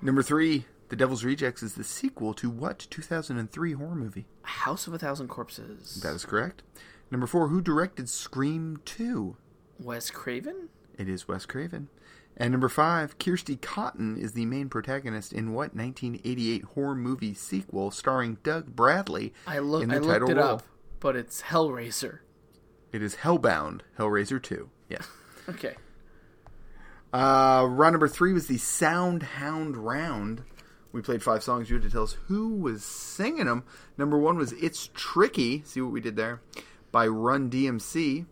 S1: Number three, The Devil's Rejects is the sequel to what 2003 horror movie?
S2: House of a Thousand Corpses.
S1: That is correct. Number four, who directed Scream 2?
S2: Wes Craven?
S1: It is Wes Craven. And number five, Kirsty Cotton is the main protagonist in what 1988 horror movie sequel starring Doug Bradley
S2: I look
S1: in
S2: I
S1: the
S2: looked
S1: title
S2: it
S1: role?
S2: up, but it's Hellraiser.
S1: It is Hellbound, Hellraiser 2. Yes.
S2: Okay.
S1: Uh, round number three was the Sound Hound round, We played five songs. You had to tell us who was singing them. Number one was It's Tricky. See what we did there? By Run DMC.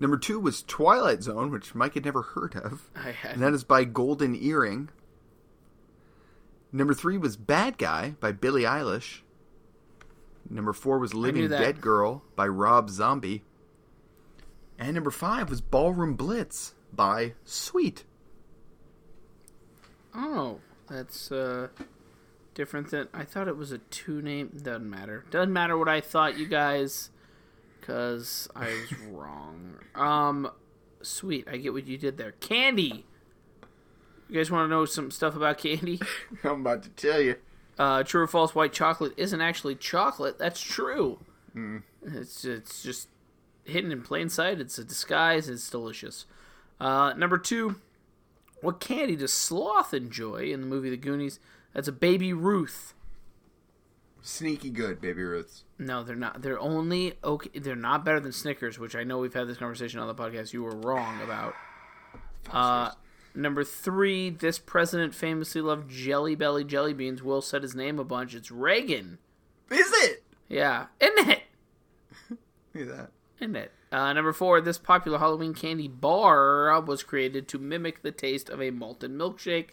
S1: Number two was Twilight Zone, which Mike had never heard of.
S2: I had
S1: And that is by Golden Earring. Number three was Bad Guy by Billie Eilish. Number four was Living
S2: that.
S1: Dead Girl by Rob Zombie. And number five was Ballroom Blitz by Sweet.
S2: Oh, that's uh different than I thought it was a two name. Doesn't matter. Doesn't matter what I thought, you guys, because I was wrong. Um, sweet, I get what you did there. Candy. You guys want to know some stuff about candy?
S1: [laughs] I'm about to tell you.
S2: Uh, true or false? White chocolate isn't actually chocolate. That's true. It's it's just hidden in plain sight. It's a disguise. It's delicious. Uh, number two, what candy does Sloth enjoy in the movie The Goonies? That's a Baby Ruth.
S1: Sneaky good, Baby Ruths.
S2: No, they're not. They're only okay. They're not better than Snickers, which I know we've had this conversation on the podcast. You were wrong about. Uh, number three, this president famously loved Jelly Belly jelly beans. Will said his name a bunch. It's Reagan.
S1: Is it?
S2: Yeah, isn't it?
S1: Look at that.
S2: Isn't it? Uh, number four, this popular Halloween candy bar was created to mimic the taste of a malted milkshake.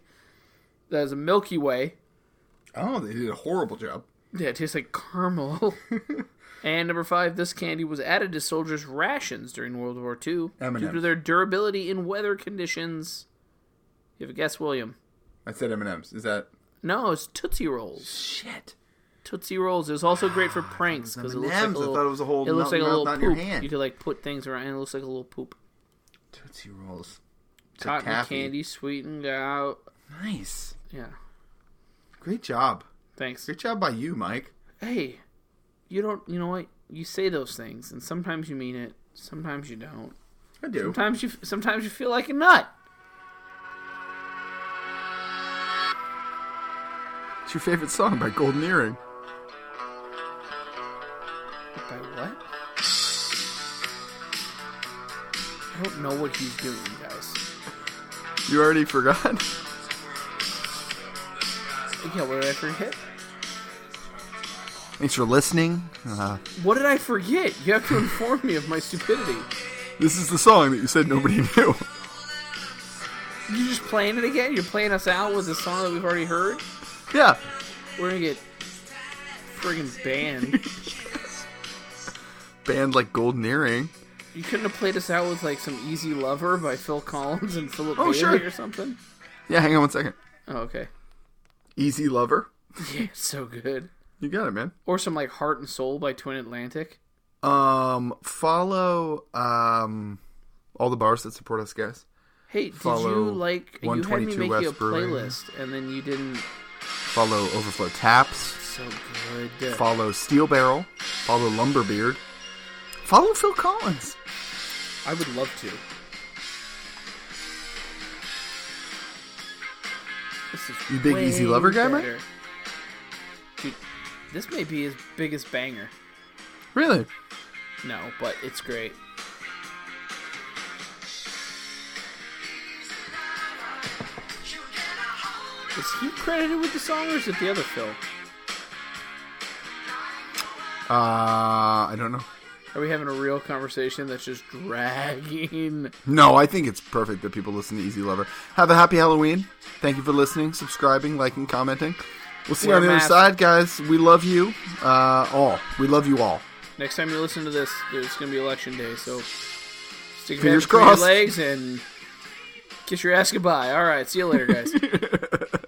S2: That is a Milky Way.
S1: Oh, they did a horrible job.
S2: Yeah, it tastes like caramel. [laughs] and number five, this candy was added to soldiers' rations during World War II due to
S1: M&Ms.
S2: their durability in weather conditions. You have a guess, William?
S1: I said M&M's. Is that...
S2: No, it's Tootsie Rolls.
S1: Shit.
S2: Tootsie Rolls is also
S1: [sighs]
S2: great for pranks because it looks like a
S1: M&Ms. I
S2: little.
S1: thought it was a whole
S2: it
S1: melt
S2: looks like a
S1: in your
S2: little
S1: mouth,
S2: poop.
S1: not in your hand.
S2: You could like put things around, and it looks like a little poop.
S1: Tootsie Rolls. It's a
S2: Cotton
S1: taffy.
S2: candy sweetened out.
S1: Nice.
S2: Yeah.
S1: Great job.
S2: Thanks.
S1: Great job by you, Mike.
S2: Hey, you don't. You know what? You say those things, and sometimes you mean it. Sometimes you don't.
S1: I do.
S2: Sometimes you. Sometimes you feel like a nut.
S1: It's your favorite song by Golden Earring.
S2: By what? I don't know what he's doing, guys.
S1: You already forgot? [laughs]
S2: Yeah, what did I forget?
S1: Thanks for listening. Uh,
S2: What did I forget? You have to inform me of my stupidity.
S1: this is the song that you said nobody [laughs] knew.
S2: You're just playing it again. You're playing us out with a song that we've already heard.
S1: yeah.
S2: We're gonna get friggin' banned.
S1: Band like Golden Earring.
S2: You couldn't have played us out with like some "Easy Lover" by Phil Collins and Philip
S1: Oh,
S2: Bailey
S1: sure.
S2: or something.
S1: Yeah, hang on one second.
S2: Oh, okay. [laughs]
S1: Easy Lover.
S2: Yeah, it's so good.
S1: You got it, man.
S2: Or some like "Heart and Soul" by Twin Atlantic.
S1: Um, follow um, all the bars that support us, guys.
S2: Hey, did you
S1: Follow
S2: like you had me
S1: 122
S2: make you a
S1: West Brewing.
S2: playlist and then you didn't?
S1: Follow Overflow Taps.
S2: So good.
S1: Follow Steel Barrel. Follow Lumberbeard. Follow Phil Collins.
S2: I would love to. This is
S1: You big
S2: way
S1: Easy Lover guy, Mike?
S2: better. Dude, this may be his biggest banger.
S1: Really?
S2: No, but it's great. Is he credited with the song or is it the other Phil?
S1: Uh, I don't know.
S2: Are we having a real conversation that's just dragging?
S1: No, I think it's perfect that people listen to Easy Lover. Have a happy Halloween. Thank you for listening, subscribing, liking, commenting. We'll see you
S2: Wear
S1: on the
S2: a
S1: other
S2: mask.
S1: side, guys. We love you uh, all. We love you all.
S2: Next time you listen to this, there's going to be election day, so stick
S1: Fingers
S2: your, head between your
S1: crossed.
S2: legs and kiss your ass goodbye. All right, see you later, guys.